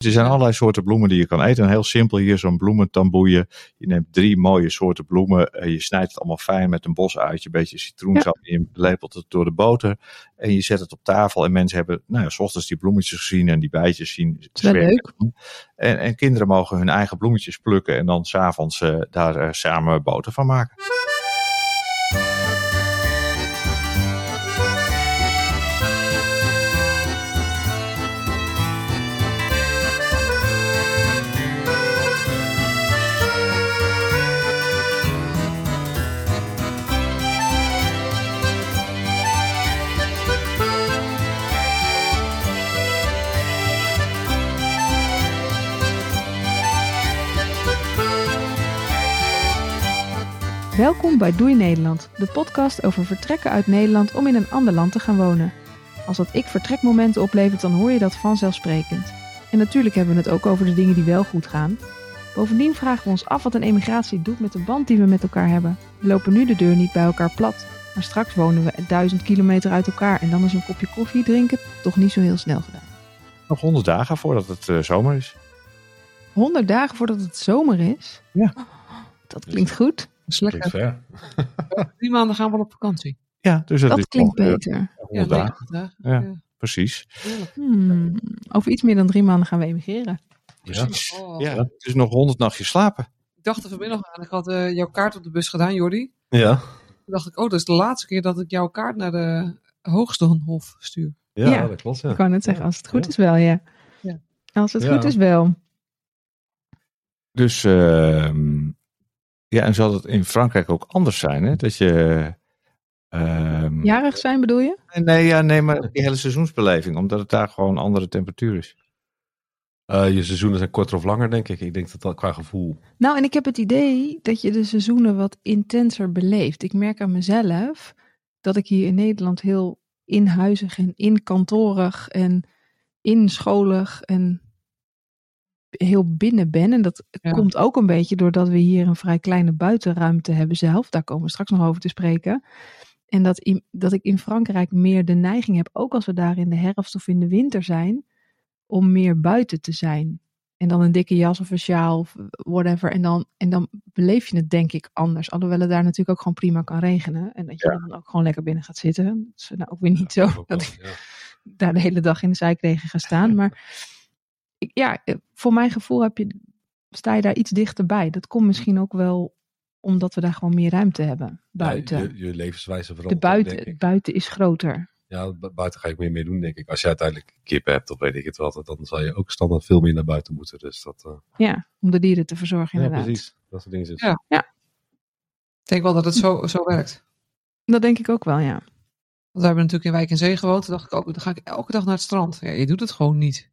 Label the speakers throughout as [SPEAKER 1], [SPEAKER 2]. [SPEAKER 1] Dus Er zijn allerlei soorten bloemen die je kan eten. En heel simpel hier zo'n bloementamboeien. Je neemt drie mooie soorten bloemen. eh, Je snijdt het allemaal fijn met een bosuitje, een beetje citroensap in. Lepelt het door de boter. En je zet het op tafel. En mensen hebben, nou ja, s ochtends die bloemetjes gezien en die bijtjes zien.
[SPEAKER 2] is wel
[SPEAKER 1] zwerken.
[SPEAKER 2] leuk.
[SPEAKER 1] En, en kinderen mogen hun eigen bloemetjes plukken. En dan s'avonds eh daar eh, samen boter van maken.
[SPEAKER 2] Welkom bij Doei Nederland, de podcast over vertrekken uit Nederland om in een ander land te gaan wonen. Als dat ik vertrekmomenten oplevert, dan hoor je dat vanzelfsprekend. En natuurlijk hebben we het ook over de dingen die wel goed gaan. Bovendien vragen we ons af wat een emigratie doet met de band die we met elkaar hebben. We lopen nu de deur niet bij elkaar plat, maar straks wonen we duizend kilometer uit elkaar en dan is een kopje koffie drinken toch niet zo heel snel gedaan.
[SPEAKER 1] Nog honderd dagen voordat het eh, zomer is.
[SPEAKER 2] 100 dagen voordat het zomer is?
[SPEAKER 1] Ja.
[SPEAKER 2] Dat klinkt goed.
[SPEAKER 3] Dat is lekker.
[SPEAKER 4] Klinkt ver.
[SPEAKER 3] Drie maanden gaan we wel op vakantie.
[SPEAKER 1] Ja, dus dat,
[SPEAKER 2] Dat
[SPEAKER 1] is
[SPEAKER 2] klinkt
[SPEAKER 1] nog, eh,
[SPEAKER 2] beter.
[SPEAKER 1] 100
[SPEAKER 3] ja,
[SPEAKER 1] dagen,
[SPEAKER 3] 90 dagen.
[SPEAKER 1] Ja. precies.
[SPEAKER 3] Heerlijk.
[SPEAKER 2] Hmm, Over iets meer dan drie maanden gaan we emigreren.
[SPEAKER 4] Precies.
[SPEAKER 3] Oh.
[SPEAKER 1] Ja, het is nog honderd nachtjes slapen.
[SPEAKER 3] Ik dacht er vanmiddag aan. Ik had eh, jouw kaart op de bus gedaan, Jordi.
[SPEAKER 4] Ja.
[SPEAKER 3] Toen dacht ik, oh, dat is de laatste keer dat ik jouw kaart naar de Hoogstoonhof stuur.
[SPEAKER 4] Ja,
[SPEAKER 2] Ja.
[SPEAKER 4] dat klopt.
[SPEAKER 2] Ik
[SPEAKER 4] Ja.
[SPEAKER 2] kan het zeggen, als het goed
[SPEAKER 4] Ja.
[SPEAKER 2] is wel, ja.
[SPEAKER 3] Ja.
[SPEAKER 2] Als het
[SPEAKER 4] Ja. Hmm.
[SPEAKER 2] goed is wel.
[SPEAKER 1] Dus ehm, ja, en zal het in Frankrijk ook anders zijn, hè? Dat je. ehm,
[SPEAKER 2] Jarig zijn bedoel je?
[SPEAKER 1] Nee, Nee, ja, nee, maar die hele seizoensbeleving, omdat het daar gewoon andere temperatuur is.
[SPEAKER 4] Eh, je seizoenen zijn korter of langer, denk ik. Ik denk dat dat qua gevoel.
[SPEAKER 2] Nou, en ik heb het idee dat je de seizoenen wat intenser beleeft. Ik merk aan mezelf dat ik hier in Nederland heel inhuizig en inkantorig en inscholig en heel binnen ben. En dat
[SPEAKER 3] Ja.
[SPEAKER 2] komt ook een beetje doordat we hier een vrij kleine buitenruimte hebben zelf. Daar komen we straks nog over te spreken. En dat, in- dat ik in Frankrijk meer de neiging heb, ook als we daar in de herfst of in de winter zijn, om meer buiten te zijn. En dan een dikke jas of een sjaal of whatever. En dan, en dan beleef je het denk ik anders. Alhoewel het daar natuurlijk ook gewoon prima kan regenen. En dat je dan ook gewoon lekker binnen gaat zitten. Dat is nou ook weer niet zo
[SPEAKER 4] Ja, ook wel,
[SPEAKER 2] dat ik
[SPEAKER 4] ja.
[SPEAKER 2] daar de hele dag in de zijkregen ga staan. Maar ik- ja, eh, voor mijn gevoel heb je, sta je daar iets dichterbij. Dat komt misschien ook wel omdat we daar gewoon meer ruimte hebben. Buiten.
[SPEAKER 4] Ja, je, je
[SPEAKER 2] de
[SPEAKER 4] levenswijze verandert. ook,
[SPEAKER 2] buiten,
[SPEAKER 4] denk
[SPEAKER 2] het
[SPEAKER 4] ik.
[SPEAKER 2] buiten is groter.
[SPEAKER 4] Ja, bu- buiten ga ik meer mee doen, denk ik. Als je uiteindelijk kippen hebt, of weet ik het wat, dan zal je ook standaard veel meer naar buiten moeten. Dus dat. eh,
[SPEAKER 2] Ja, om de dieren te verzorgen
[SPEAKER 4] ja,
[SPEAKER 2] inderdaad.
[SPEAKER 4] precies. Dat soort dingen zitten.
[SPEAKER 3] Ja. Ik denk wel dat het zo, zo werkt.
[SPEAKER 2] Dat denk ik ook wel, ja.
[SPEAKER 3] Want we hebben natuurlijk in Wijk en Zee gewoond. Toen dacht ik ook, dan ga ik elke dag naar het strand. Ja, je doet het gewoon niet.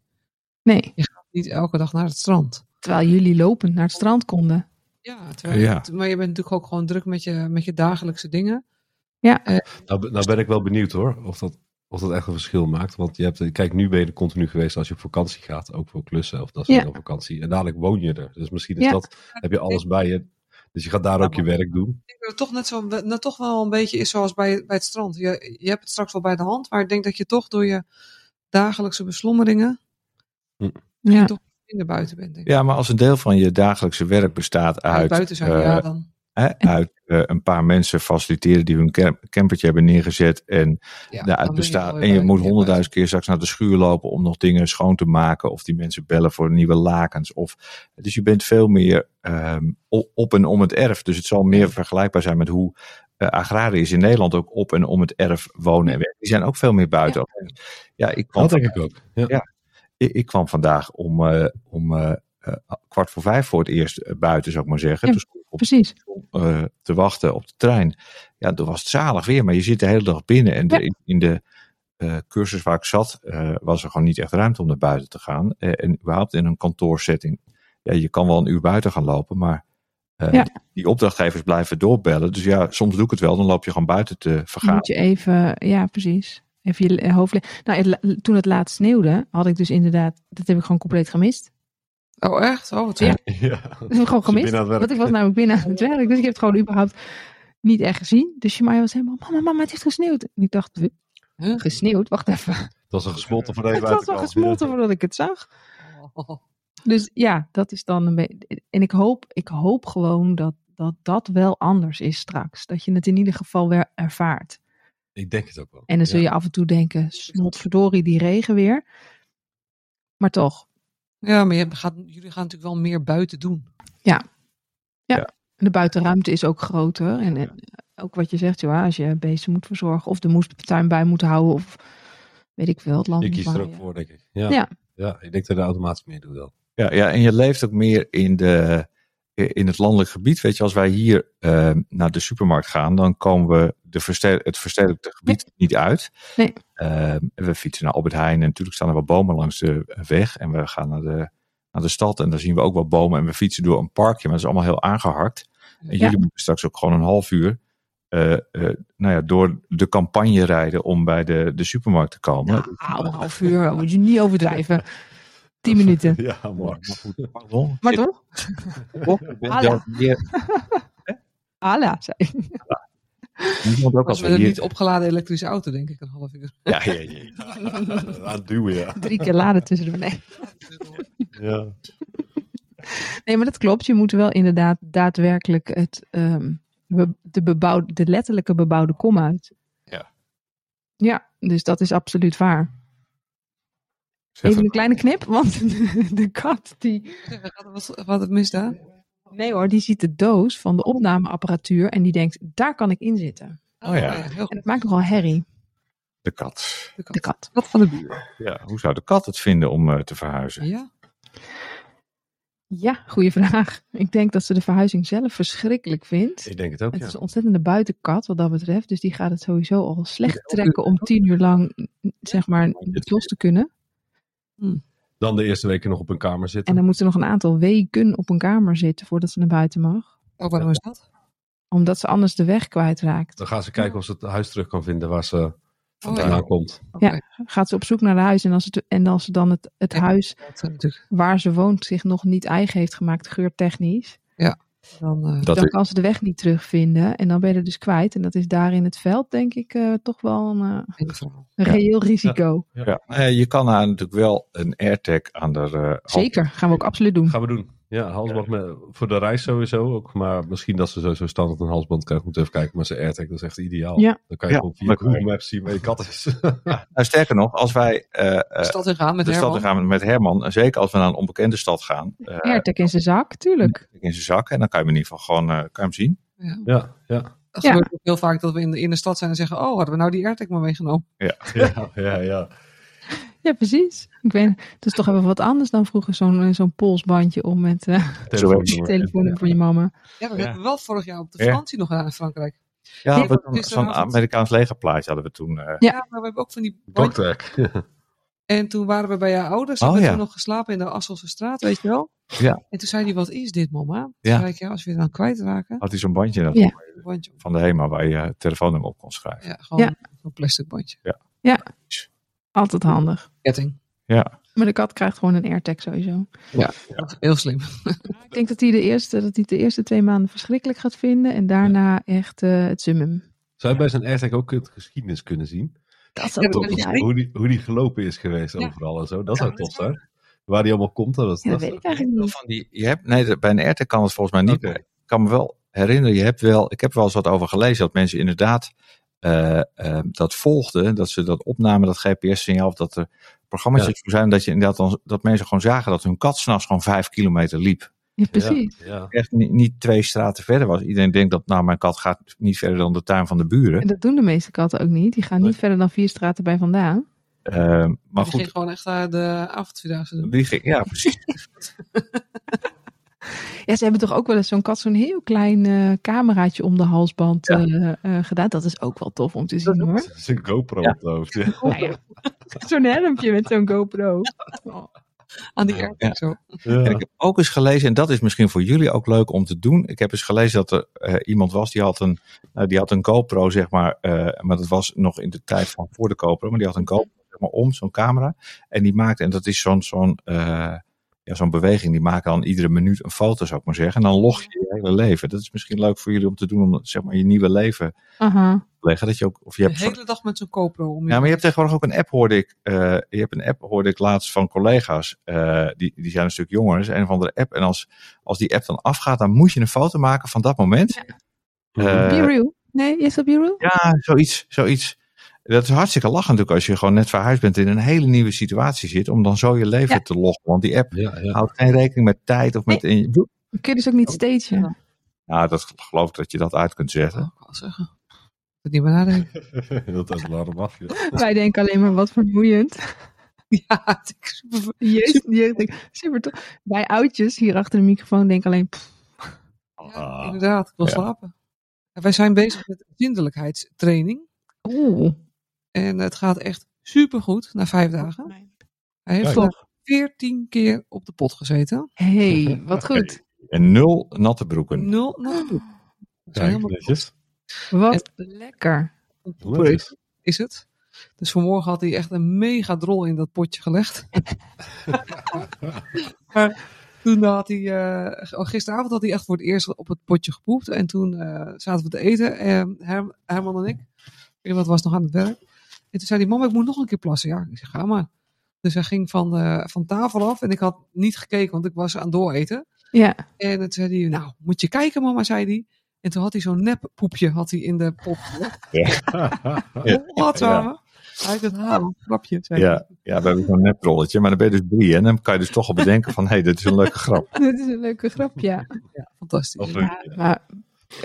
[SPEAKER 2] Nee,
[SPEAKER 3] Niet elke dag naar het strand.
[SPEAKER 2] terwijl jullie lopend naar het strand konden.
[SPEAKER 3] Ja, terwijl-
[SPEAKER 1] Ja.
[SPEAKER 3] maar je bent natuurlijk ook gewoon druk met je, met je dagelijkse dingen.
[SPEAKER 4] Nou, be- nou ben ik wel benieuwd hoor, of dat, of dat echt een verschil maakt. Want je hebt, eh, kijk, nu ben je er continu geweest als je op vakantie gaat, ook voor klussen of dat soort
[SPEAKER 2] Ja.
[SPEAKER 4] dingen op vakantie. En dadelijk woon je er. Dus misschien is
[SPEAKER 2] Ja.
[SPEAKER 4] dat, heb je alles bij je. Dus je gaat daar ook je werk doen.
[SPEAKER 3] Ik denk dat het toch, net zo, net toch wel een beetje is zoals bij, bij het strand. Je, je hebt het straks wel bij de hand, maar ik denk dat je toch door je dagelijkse beslommeringen
[SPEAKER 2] Ja.
[SPEAKER 3] toch minder buiten bent. Denk ik.
[SPEAKER 1] Ja, maar als een deel van je dagelijkse werk bestaat uit,
[SPEAKER 3] buiten zijn,
[SPEAKER 1] eh,
[SPEAKER 3] ja dan.
[SPEAKER 1] hè, uit eh, een paar mensen faciliteren die hun cam- campertje hebben neergezet en
[SPEAKER 3] Ja, dan
[SPEAKER 1] daaruit
[SPEAKER 3] ben
[SPEAKER 1] nou,
[SPEAKER 3] eh,
[SPEAKER 1] bestaat.
[SPEAKER 3] wel
[SPEAKER 1] En je
[SPEAKER 3] weer
[SPEAKER 1] moet
[SPEAKER 3] buiten.
[SPEAKER 1] honderdduizend keer straks naar de schuur lopen om nog dingen schoon te maken of die mensen bellen voor nieuwe lakens. Of, dus je bent veel meer ehm, o- op en om het erf. Dus het zal meer vergelijkbaar zijn met hoe eh agrariërs in Nederland ook op en om het erf wonen en werken. Die zijn ook veel meer buiten. Ja, ik kwam
[SPEAKER 4] Dat denk ik ook. Ja.
[SPEAKER 1] Ja. ik, ik kwam vandaag om, eh, om eh, eh, kwart voor vijf voor het eerst eh, buiten, zou ik maar zeggen.
[SPEAKER 2] Ja,
[SPEAKER 1] Toen stond ik op,
[SPEAKER 2] Precies.
[SPEAKER 1] eh, te wachten op de trein. Ja, toen was het zalig weer, maar je zit de hele dag binnen. En de-
[SPEAKER 2] Ja.
[SPEAKER 1] in, in de eh, cursus waar ik zat, eh, was er gewoon niet echt ruimte om naar buiten te gaan. Eh, en überhaupt in een kantoorsetting. Ja, je kan wel een uur buiten gaan lopen, maar eh,
[SPEAKER 2] Ja.
[SPEAKER 1] die opdrachtgevers blijven doorbellen. Dus ja, soms doe ik het wel, dan loop je gewoon buiten te
[SPEAKER 2] Dan
[SPEAKER 1] vergaderen.
[SPEAKER 2] Moet je even, ja, precies. Even je hoofd. le- Nou, het la- toen het laatst sneeuwde, had ik dus inderdaad, dat heb ik gewoon compleet gemist.
[SPEAKER 3] Oh, echt? Oh, wat
[SPEAKER 2] Ja.
[SPEAKER 3] erg.
[SPEAKER 4] Ja.
[SPEAKER 2] Dat heb ik gewoon
[SPEAKER 4] Ze
[SPEAKER 2] gemist.
[SPEAKER 4] binnen aan het werk.
[SPEAKER 2] Want ik was namelijk binnen aan het werk, dus ik heb het gewoon überhaupt niet echt gezien. Dus Shemaya was helemaal, mama, mama, het heeft gesneeuwd. En ik dacht, "Huh?
[SPEAKER 3] Huh?
[SPEAKER 2] gesneeuwd? Wacht even.
[SPEAKER 4] Het was al gesmolten voor de
[SPEAKER 2] het was al gesmolten voordat ik het zag. Dus ja, dat is dan een beetje. En ik hoop, ik hoop gewoon dat, dat dat wel anders is straks. Dat je het in ieder geval weer ervaart.
[SPEAKER 4] Ik denk het ook wel.
[SPEAKER 2] En dan zul je af en toe denken: snotverdorie, die regen weer. Maar toch,
[SPEAKER 3] Ja, maar je gaat, jullie gaan natuurlijk wel meer buiten doen.
[SPEAKER 2] En De buitenruimte is ook groter. En, en ook wat je zegt, joh, als je beesten moet verzorgen of de moestuin bij moet houden of weet ik veel, het land
[SPEAKER 4] Je
[SPEAKER 2] moet
[SPEAKER 4] kiest er ook
[SPEAKER 2] maaien.
[SPEAKER 4] voor, denk ik. Ja.
[SPEAKER 2] Ja.
[SPEAKER 4] ja. ik denk dat je er automatisch mee doet wel.
[SPEAKER 1] Ja, ja, en je leeft ook meer in, de, in het landelijk gebied. Weet je, als wij hier eh, naar de supermarkt gaan, dan komen we de verste- het verstedelijkte gebied niet uit.
[SPEAKER 2] Nee.
[SPEAKER 1] Eh, we fietsen naar Albert Heijn en natuurlijk staan er wat bomen langs de weg. En we gaan naar de, naar de stad en dan zien we ook wat bomen. En we fietsen door een parkje, maar dat is allemaal heel aangeharkt. En
[SPEAKER 3] Ja.
[SPEAKER 1] jullie moeten straks ook gewoon een half uur eh, eh, nou ja, door de campagne rijden om bij de, de supermarkt te komen.
[SPEAKER 2] Nou, een half uur, moet je niet overdrijven. Tien minuten.
[SPEAKER 4] Ja,
[SPEAKER 1] Maar
[SPEAKER 4] Max.
[SPEAKER 1] goed, pardon.
[SPEAKER 2] Maar toch?
[SPEAKER 1] Ik ben
[SPEAKER 2] Ala.
[SPEAKER 1] hier-
[SPEAKER 2] Ala, zei ik.
[SPEAKER 1] Niemand ook
[SPEAKER 3] Als
[SPEAKER 1] als
[SPEAKER 3] we een
[SPEAKER 1] we
[SPEAKER 3] niet
[SPEAKER 1] hier...
[SPEAKER 3] opgeladen elektrische auto, denk ik, een half uur.
[SPEAKER 1] Ja, ja, ja.
[SPEAKER 4] Aan het duwen, ja.
[SPEAKER 2] drie keer laden tussen. Nee.
[SPEAKER 4] ja.
[SPEAKER 2] nee, maar dat klopt. Je moet wel inderdaad daadwerkelijk het, ehm, be- de, bebouwde, de letterlijke bebouwde kom uit.
[SPEAKER 1] Ja.
[SPEAKER 2] Ja, dus dat is absoluut waar. Even een kleine knip, want de kat die
[SPEAKER 3] Gaat er wat, wat het
[SPEAKER 1] Oh,
[SPEAKER 3] misdaan?
[SPEAKER 2] Nee hoor, die ziet de doos van de opnameapparatuur en die denkt, daar kan ik in zitten.
[SPEAKER 1] Oh ja.
[SPEAKER 3] heel
[SPEAKER 2] En
[SPEAKER 3] goed.
[SPEAKER 2] het maakt nogal herrie,
[SPEAKER 1] De kat.
[SPEAKER 3] De kat.
[SPEAKER 2] de kat.
[SPEAKER 3] Wat van de buur.
[SPEAKER 1] Ja, hoe zou de kat het vinden om eh, te verhuizen?
[SPEAKER 3] Ja.
[SPEAKER 2] Ja, goede vraag. Ik denk dat ze de verhuizing zelf verschrikkelijk vindt.
[SPEAKER 4] Ik denk het ook,
[SPEAKER 2] Het
[SPEAKER 4] ja.
[SPEAKER 2] is een ontzettende buitenkat wat dat betreft, dus die gaat het sowieso al slecht trekken om tien uur lang, zeg maar, niet los te kunnen.
[SPEAKER 4] Dan de eerste weken nog op een kamer zitten.
[SPEAKER 2] En dan moeten nog een aantal weken op een kamer zitten voordat ze naar buiten mag,
[SPEAKER 3] Oh, waarom is dat?
[SPEAKER 2] omdat ze anders de weg kwijtraakt.
[SPEAKER 4] Dan gaan ze kijken of ze het huis terug kan vinden waar ze
[SPEAKER 3] Oh,
[SPEAKER 4] vandaan
[SPEAKER 3] ja.
[SPEAKER 4] komt.
[SPEAKER 3] Oké.
[SPEAKER 2] Ja. Gaat ze op zoek naar het huis en als, het, en als ze dan het, het
[SPEAKER 3] Ja.
[SPEAKER 2] huis
[SPEAKER 3] Dat, eh, natuurlijk,
[SPEAKER 2] waar ze woont zich nog niet eigen heeft gemaakt, geurtechnisch.
[SPEAKER 3] dan, eh,
[SPEAKER 1] Dat
[SPEAKER 2] dan
[SPEAKER 1] is,
[SPEAKER 2] kan ze de weg niet terugvinden en dan ben je er dus kwijt. En dat is daar in het veld, denk ik, eh, toch wel een, eh,
[SPEAKER 3] geen verhaal.
[SPEAKER 2] een
[SPEAKER 1] Ja.
[SPEAKER 2] reëel risico.
[SPEAKER 1] ja. Nou ja, je kan haar natuurlijk wel een AirTag aan haar... eh, hand-
[SPEAKER 2] Zeker, gaan we ook absoluut doen.
[SPEAKER 4] Gaan we doen. Ja, halsband met- voor de reis sowieso ook. Maar misschien dat ze sowieso standaard een halsband krijgt. Moet even kijken. Maar ze AirTag, dat is echt ideaal.
[SPEAKER 2] Ja.
[SPEAKER 4] Dan kan je
[SPEAKER 1] Ja,
[SPEAKER 4] gewoon via
[SPEAKER 1] lekker.
[SPEAKER 4] Google Maps zien waar je kat is.
[SPEAKER 1] Nou, sterker nog, als wij eh, eh,
[SPEAKER 3] De stad in gaan met
[SPEAKER 1] de stad
[SPEAKER 3] Herman.
[SPEAKER 1] in gaan met Herman, en zeker als we naar een onbekende stad gaan, eh, Mm.
[SPEAKER 2] Airtek in zijn zak, tuurlijk.
[SPEAKER 1] in zijn zak, en dan kan je hem in ieder geval gewoon eh, kan je hem zien.
[SPEAKER 3] Ja.
[SPEAKER 4] ja, ja,
[SPEAKER 3] Het
[SPEAKER 2] Ja.
[SPEAKER 3] gebeurt ook heel vaak dat we in de, in de stad zijn en zeggen, oh, hadden we nou die AirTag maar meegenomen.
[SPEAKER 4] ja, ja, ja.
[SPEAKER 2] Ja, precies. Ik weet, het is toch even wat anders dan vroeger zoon- eh, zo'n polsbandje om met eh
[SPEAKER 1] Telefoonnummer.
[SPEAKER 2] je telefoonnummer van je mama.
[SPEAKER 3] Ja, dat
[SPEAKER 1] Ja.
[SPEAKER 3] hebben we wel vorig jaar op de
[SPEAKER 1] Ja.
[SPEAKER 3] vakantie nog gedaan in Frankrijk.
[SPEAKER 1] Ja,
[SPEAKER 3] Hier,
[SPEAKER 1] we- zo'n
[SPEAKER 3] gisteravond.
[SPEAKER 1] Amerikaans legerplaatje hadden we toen. eh,
[SPEAKER 2] Ja.
[SPEAKER 3] Ja, maar we hebben ook van die bandjes
[SPEAKER 4] Dogtrack.
[SPEAKER 3] En toen waren we bij haar ouders.
[SPEAKER 1] Oh,
[SPEAKER 3] en we
[SPEAKER 1] ja.
[SPEAKER 3] toen nog geslapen in de Asselse straat, weet je wel.
[SPEAKER 1] Ja.
[SPEAKER 3] En toen zei hij, wat is dit, mama? Toen
[SPEAKER 1] Ja.
[SPEAKER 3] zei ik, ja, als we het dan kwijtraken.
[SPEAKER 1] had hij zo'n bandje dat-
[SPEAKER 2] Ja.
[SPEAKER 3] Bandje.
[SPEAKER 1] van de HEMA waar je eh, telefoonnummer op kon schrijven.
[SPEAKER 3] Ja, gewoon
[SPEAKER 2] Ja.
[SPEAKER 3] een plastic bandje.
[SPEAKER 2] Altijd handig.
[SPEAKER 3] Ketting.
[SPEAKER 1] Ja,
[SPEAKER 2] Maar de kat krijgt gewoon een AirTag sowieso.
[SPEAKER 3] Heel slim.
[SPEAKER 2] Ik denk dat hij de eerste, dat hij het de eerste twee maanden verschrikkelijk gaat vinden en daarna echt eh, het summum.
[SPEAKER 4] Zou je bij zijn AirTag ook het geschiedenis kunnen zien?
[SPEAKER 2] Dat
[SPEAKER 3] Ja,
[SPEAKER 2] zou
[SPEAKER 3] dat
[SPEAKER 2] tof
[SPEAKER 3] wil ik
[SPEAKER 2] zijn.
[SPEAKER 4] Hoe die, hoe die gelopen is geweest
[SPEAKER 3] Ja.
[SPEAKER 4] overal en zo. Dat
[SPEAKER 3] Ja,
[SPEAKER 4] zou
[SPEAKER 3] dat
[SPEAKER 4] tof
[SPEAKER 3] is
[SPEAKER 4] zijn. Waar die allemaal komt. Dat, is-
[SPEAKER 2] Ja, dat
[SPEAKER 4] dat,
[SPEAKER 2] weet
[SPEAKER 4] is-
[SPEAKER 2] ik eigenlijk niet.
[SPEAKER 1] Wel van die, je hebt, nee, de- bij een airtag kan het volgens mij niet.
[SPEAKER 4] Oké.
[SPEAKER 1] maar Ik kan me wel herinneren, je hebt wel, ik heb wel eens wat over gelezen dat mensen inderdaad eh, eh, dat volgden, dat ze dat opnamen, dat GPS-signaal, of dat er programma's
[SPEAKER 4] Ja.
[SPEAKER 1] voor zijn, dat, je inderdaad dan, dat mensen gewoon zagen dat hun kat s'nachts gewoon vijf kilometer liep.
[SPEAKER 2] Ja, precies.
[SPEAKER 4] Ja, ja.
[SPEAKER 1] Echt niet, niet twee straten verder was. Iedereen denkt dat, nou, mijn kat gaat niet verder dan de tuin van de buren.
[SPEAKER 2] En dat doen de meeste katten ook niet. Die gaan niet
[SPEAKER 4] Nee.
[SPEAKER 2] verder dan vier straten bij vandaan.
[SPEAKER 1] Eh, maar
[SPEAKER 3] Die ging
[SPEAKER 1] goed,
[SPEAKER 3] gewoon echt eh, de avondvierdaagse doen.
[SPEAKER 1] die ging, ja, precies.
[SPEAKER 2] Ja, ze hebben toch ook wel eens zo'n kat zo'n heel klein eh, cameraatje om de halsband
[SPEAKER 1] Ja.
[SPEAKER 2] eh, eh, gedaan. Dat is ook wel tof om te zien hoor.
[SPEAKER 4] Het is een GoPro
[SPEAKER 1] Ja.
[SPEAKER 4] op het hoofd. Ja.
[SPEAKER 2] Nou ja. Zo'n helmpje met zo'n GoPro.
[SPEAKER 3] Aan die
[SPEAKER 4] Ja.
[SPEAKER 3] airtag
[SPEAKER 1] Ja.
[SPEAKER 3] zo.
[SPEAKER 1] En ik heb ook eens gelezen, en dat is misschien voor jullie ook leuk om te doen. Ik heb eens gelezen dat er eh, iemand was die had een, eh, die had een GoPro, zeg maar. eh, maar dat was nog in de tijd van voor de GoPro. Maar die had een GoPro zeg maar, om, zo'n camera. En die maakte, en dat is zo'n zo'n eh, ja, zo'n beweging, die maken dan iedere minuut een foto, zou ik maar zeggen. En dan log je je hele leven. Dat is misschien leuk voor jullie om te doen, om zeg maar, je nieuwe leven
[SPEAKER 2] Aha.
[SPEAKER 1] leggen. Dat je ook, of je
[SPEAKER 3] De
[SPEAKER 1] hebt,
[SPEAKER 3] hele dag met zo'n GoPro. Om je-
[SPEAKER 1] ja, maar je hebt tegenwoordig ook een app, hoorde ik. eh, je hebt een app, hoorde ik laatst van collega's. eh, die, die zijn een stuk jonger. Dat is een of andere app. En als, als die app dan afgaat, dan moet je een foto maken van dat moment.
[SPEAKER 4] Ja.
[SPEAKER 1] Eh,
[SPEAKER 2] Be real. Nee, is dat be real?
[SPEAKER 1] ja, Ah, zoiets, zoiets. Dat is hartstikke lachen natuurlijk als je gewoon net verhuisd bent en in een hele nieuwe situatie zit. Om dan zo je leven
[SPEAKER 2] Ja.
[SPEAKER 1] te loggen. Want die app
[SPEAKER 4] Ja, ja.
[SPEAKER 1] houdt geen rekening met tijd of met... in-
[SPEAKER 2] Dan kun je dus ook niet stagen.
[SPEAKER 1] Nou, dat geloof ik dat je dat uit kunt zetten.
[SPEAKER 3] Nou, ik wou zeggen. Ik moet er niet meer nadenken.
[SPEAKER 4] dat is alarm af. joh.
[SPEAKER 2] Wij denken alleen maar wat vermoeiend.
[SPEAKER 3] ja, ik super-
[SPEAKER 2] Jezus, super, super tof. Wij oudjes hier achter de microfoon denken alleen... pff,
[SPEAKER 3] ja,
[SPEAKER 4] Ah.
[SPEAKER 3] inderdaad, ik wil
[SPEAKER 1] Ja.
[SPEAKER 3] slapen. En wij zijn bezig met zindelijkheidstraining.
[SPEAKER 2] Oeh.
[SPEAKER 3] En het gaat echt supergoed na vijf dagen. Hij heeft
[SPEAKER 4] Kijk.
[SPEAKER 3] al veertien keer op de pot gezeten.
[SPEAKER 2] hey, wat goed.
[SPEAKER 1] En nul natte broeken.
[SPEAKER 3] Nul natte bloed. We zijn
[SPEAKER 4] Kijk,
[SPEAKER 3] helemaal
[SPEAKER 4] netjes.
[SPEAKER 2] Wat lekker.
[SPEAKER 4] Netjes.
[SPEAKER 3] is het. Dus vanmorgen had hij echt een mega drol in dat potje gelegd. maar toen had hij, eh, oh, gisteravond had hij echt voor het eerst op het potje gepoept. En toen eh, zaten we te eten, eh, Herm- Herman en ik. Iemand was nog aan het werk. En toen zei hij, mama, ik moet nog een keer plassen. Ja, ik zeg, ga maar. Dus hij ging van, eh, van tafel af en ik had niet gekeken, want ik was aan het dooreten.
[SPEAKER 2] Ja.
[SPEAKER 3] En toen zei hij, nou, moet je kijken mama, zei hij. En toen had hij zo'n nep poepje had hij in de pot. Wat
[SPEAKER 1] Ja.
[SPEAKER 3] samen. Hij heeft het haar, een grapje. Zei hij.
[SPEAKER 1] Ja, ja, we hebben zo'n neprolletje. Maar dan ben je dus drie. hè. En dan kan je dus toch al bedenken van, hé, hey, dit is een leuke grap.
[SPEAKER 2] Dit is een leuke grap, ja.
[SPEAKER 3] Ja, fantastisch.
[SPEAKER 1] Of, eh,
[SPEAKER 2] Ja, maar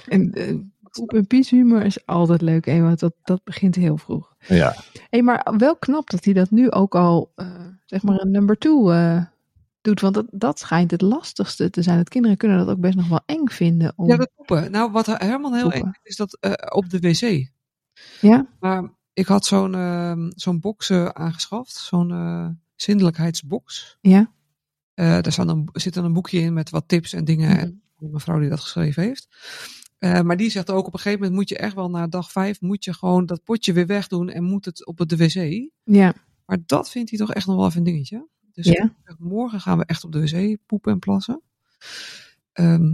[SPEAKER 2] en, eh, poep- en pieshumor is altijd leuk, hè, want dat, dat begint heel vroeg.
[SPEAKER 1] Ja,
[SPEAKER 2] Hey, maar wel knap dat hij dat nu ook al, eh, zeg maar, een number two eh, doet. Want dat, dat schijnt het lastigste te zijn. Dat kinderen kunnen dat ook best nog wel eng vinden. Om,
[SPEAKER 3] Ja, dat poepen. Nou, wat Herman heel
[SPEAKER 2] Poepen.
[SPEAKER 3] eng vindt, is dat eh, op de wc.
[SPEAKER 2] Ja.
[SPEAKER 3] Maar ik had zo'n ehm zo'n box eh, aangeschaft. Zo'n eh, zindelijkheidsbox.
[SPEAKER 2] Ja.
[SPEAKER 3] Eh, daar staat een, zit dan een boekje in met wat tips en
[SPEAKER 2] Mhm.
[SPEAKER 3] dingen.
[SPEAKER 2] eh,
[SPEAKER 3] En een mevrouw die dat geschreven heeft. Eh, maar die zegt ook op een gegeven moment moet je echt wel na dag vijf moet je gewoon dat potje weer wegdoen en moet het op de wc.
[SPEAKER 2] ja.
[SPEAKER 3] Maar dat vindt hij toch echt nog wel even een dingetje. Dus
[SPEAKER 2] Ja.
[SPEAKER 3] ik zeg, morgen gaan we echt op de wc poepen en plassen. Ehm,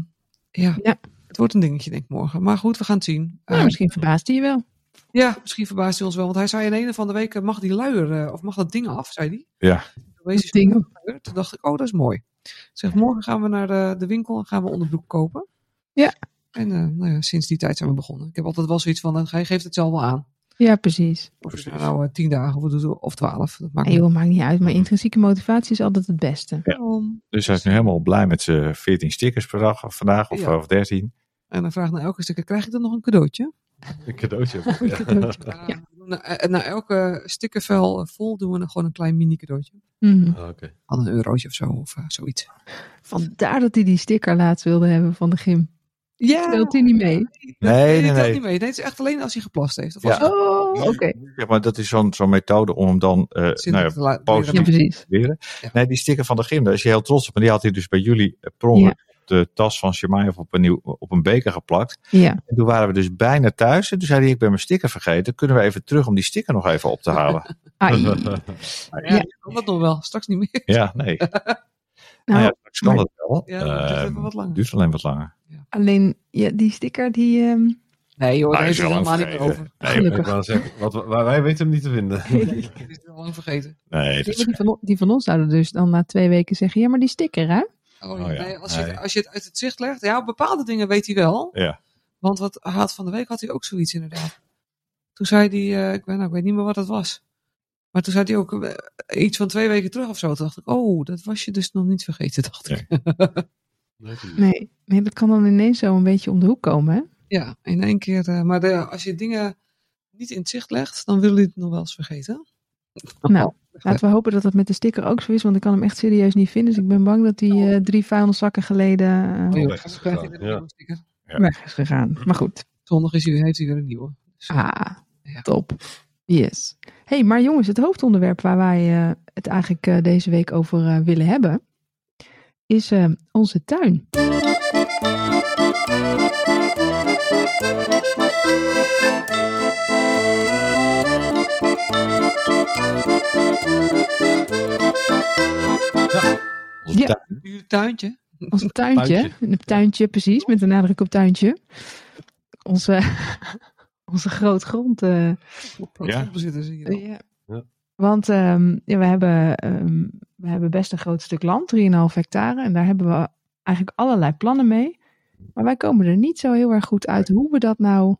[SPEAKER 3] ja.
[SPEAKER 2] Ja.
[SPEAKER 3] het wordt een dingetje denk ik morgen. Maar goed, we gaan het zien.
[SPEAKER 2] Nou,
[SPEAKER 3] Eh,
[SPEAKER 2] misschien verbaast hij je wel.
[SPEAKER 3] ja, misschien verbaast hij ons wel. Want hij zei in een van de weken mag die luier, eh, of mag dat ding af, zei hij.
[SPEAKER 1] Ja.
[SPEAKER 3] De wc is
[SPEAKER 2] Dat ding
[SPEAKER 3] luier. Toen dacht ik, oh dat is mooi. Ik Zeg, morgen gaan we naar de, de winkel en gaan we onderbroek kopen.
[SPEAKER 2] Ja.
[SPEAKER 3] En eh, nou ja, sinds die tijd zijn we begonnen. Ik heb altijd wel zoiets van, eh, hij geeft het zelf wel aan.
[SPEAKER 2] Ja, precies.
[SPEAKER 3] Of het nou eh, tien dagen of, of twaalf, dat maakt
[SPEAKER 2] Hey,
[SPEAKER 3] niet
[SPEAKER 2] joh, maakt niet uit, maar intrinsieke motivatie is altijd het beste.
[SPEAKER 3] uit. Om-
[SPEAKER 1] dus hij is nu helemaal blij met zijn 14 stickers per dag of vandaag of,
[SPEAKER 3] Ja.
[SPEAKER 1] of 13.
[SPEAKER 3] En dan vraagt naar elke sticker, krijg ik dan nog een cadeautje?
[SPEAKER 4] Een cadeautje.
[SPEAKER 3] Ja. na, na elke stickervel eh, vol doen we dan gewoon een klein mini cadeautje.
[SPEAKER 2] Mhm.
[SPEAKER 4] Ah, oké.
[SPEAKER 3] Al een eurotje of zo, of eh, zoiets.
[SPEAKER 2] Vandaar dat hij die sticker laatst wilde hebben van de gym.
[SPEAKER 3] Ja!
[SPEAKER 2] Telt hij niet mee?
[SPEAKER 1] Nee, nee,
[SPEAKER 3] telt
[SPEAKER 1] nee.
[SPEAKER 3] niet mee. Nee, het is echt alleen als hij geplast heeft. Of
[SPEAKER 1] Ja.
[SPEAKER 3] als hij
[SPEAKER 2] Oh, oké.
[SPEAKER 1] Ja, maar dat is zo'n zo'n methode om hem dan eh
[SPEAKER 3] zin
[SPEAKER 1] nou ja,
[SPEAKER 3] te laten
[SPEAKER 1] positief.
[SPEAKER 2] Ja, precies.
[SPEAKER 1] leren.
[SPEAKER 3] Ja.
[SPEAKER 1] Nee, die sticker van de gym, daar is hij heel trots op. En die had hij dus bij jullie eh, per ongeluk op de tas van Shemai of op een, nieuw, op een beker geplakt.
[SPEAKER 2] Ja.
[SPEAKER 1] En toen waren we dus bijna thuis. En toen zei hij, ik ben mijn sticker vergeten. Kunnen we even terug om die sticker nog even op te halen?
[SPEAKER 2] Ai.
[SPEAKER 3] Ja,
[SPEAKER 2] Ja.
[SPEAKER 3] kan dat nog wel. Straks niet meer.
[SPEAKER 1] ja, nee. Nou,
[SPEAKER 2] Nou,
[SPEAKER 1] ja, straks kan
[SPEAKER 2] maar-
[SPEAKER 1] dat wel.
[SPEAKER 3] Ja, dat duurt
[SPEAKER 1] Ehm,
[SPEAKER 3] even wat langer.
[SPEAKER 1] duurt alleen wat langer.
[SPEAKER 2] Alleen ja, die sticker, die. ehm,
[SPEAKER 3] Nee joh, daar
[SPEAKER 1] Hij
[SPEAKER 3] heeft
[SPEAKER 1] Ah, is
[SPEAKER 3] hij het
[SPEAKER 1] wel lang
[SPEAKER 3] helemaal niet meer
[SPEAKER 1] vergeten.
[SPEAKER 3] over.
[SPEAKER 1] Nee,
[SPEAKER 2] Gelukkig.
[SPEAKER 4] Ik wou zeggen, wat, we- waar wij weten hem niet te vinden.
[SPEAKER 3] Hij is het al lang vergeten.
[SPEAKER 1] nee, dat
[SPEAKER 2] die,
[SPEAKER 1] is-
[SPEAKER 2] die, van, on- die van ons zouden dus dan na twee weken zeggen: ja, maar die sticker, hè?
[SPEAKER 3] Oh,
[SPEAKER 1] Oh ja,
[SPEAKER 3] nee, als, je, het-
[SPEAKER 4] nee.
[SPEAKER 3] als je het uit het zicht legt. Ja, bepaalde dingen weet hij wel.
[SPEAKER 1] Ja.
[SPEAKER 3] Want wat hij had van de week had hij ook zoiets inderdaad. Toen zei hij, eh, ik, weet, nou, ik weet niet meer wat dat was. Maar toen zei hij ook eh, iets van twee weken terug of zo. Toen dacht ik, oh, dat was je dus nog niet vergeten, dacht ik.
[SPEAKER 2] Nee, nee, dat kan dan ineens zo een beetje om de hoek komen, hè?
[SPEAKER 3] Ja, in één keer. eh, maar de- als je dingen niet in het zicht legt, dan wil je het nog wel eens vergeten.
[SPEAKER 2] Nou, Laten we hopen dat dat met de sticker ook zo is, want ik kan hem echt serieus niet vinden. Dus ik ben bang dat die eh drie vuilniszakken geleden eh,
[SPEAKER 3] Oh, joh,
[SPEAKER 4] weg is
[SPEAKER 3] dan krijg je
[SPEAKER 4] gegaan,
[SPEAKER 3] weer een
[SPEAKER 4] ja.
[SPEAKER 3] nieuwe sticker.
[SPEAKER 2] weg is gegaan. Maar goed.
[SPEAKER 3] Zondag is hij, weer- heeft hij weer een nieuwe. Dus,
[SPEAKER 2] Ah,
[SPEAKER 3] Ja.
[SPEAKER 2] top. Yes. hey, maar jongens, het hoofdonderwerp waar wij eh, het eigenlijk eh, deze week over eh, willen hebben, is eh, onze tuin.
[SPEAKER 1] onze
[SPEAKER 2] Ja.
[SPEAKER 1] tuin.
[SPEAKER 3] Uw tuintje.
[SPEAKER 2] Ons tuintje.
[SPEAKER 4] Tuintje.
[SPEAKER 2] Een tuintje, precies, met een nadruk op tuintje. Onze, Onze grootgrond. eh,
[SPEAKER 3] Grondbezitter zie je dan.
[SPEAKER 2] Ja.
[SPEAKER 4] Ja.
[SPEAKER 2] Want ehm, ja, we, hebben, ehm, we hebben best een groot stuk land, 3,5 hectare. En daar hebben we eigenlijk allerlei plannen mee. Maar wij komen er niet zo heel erg goed uit hoe we dat nou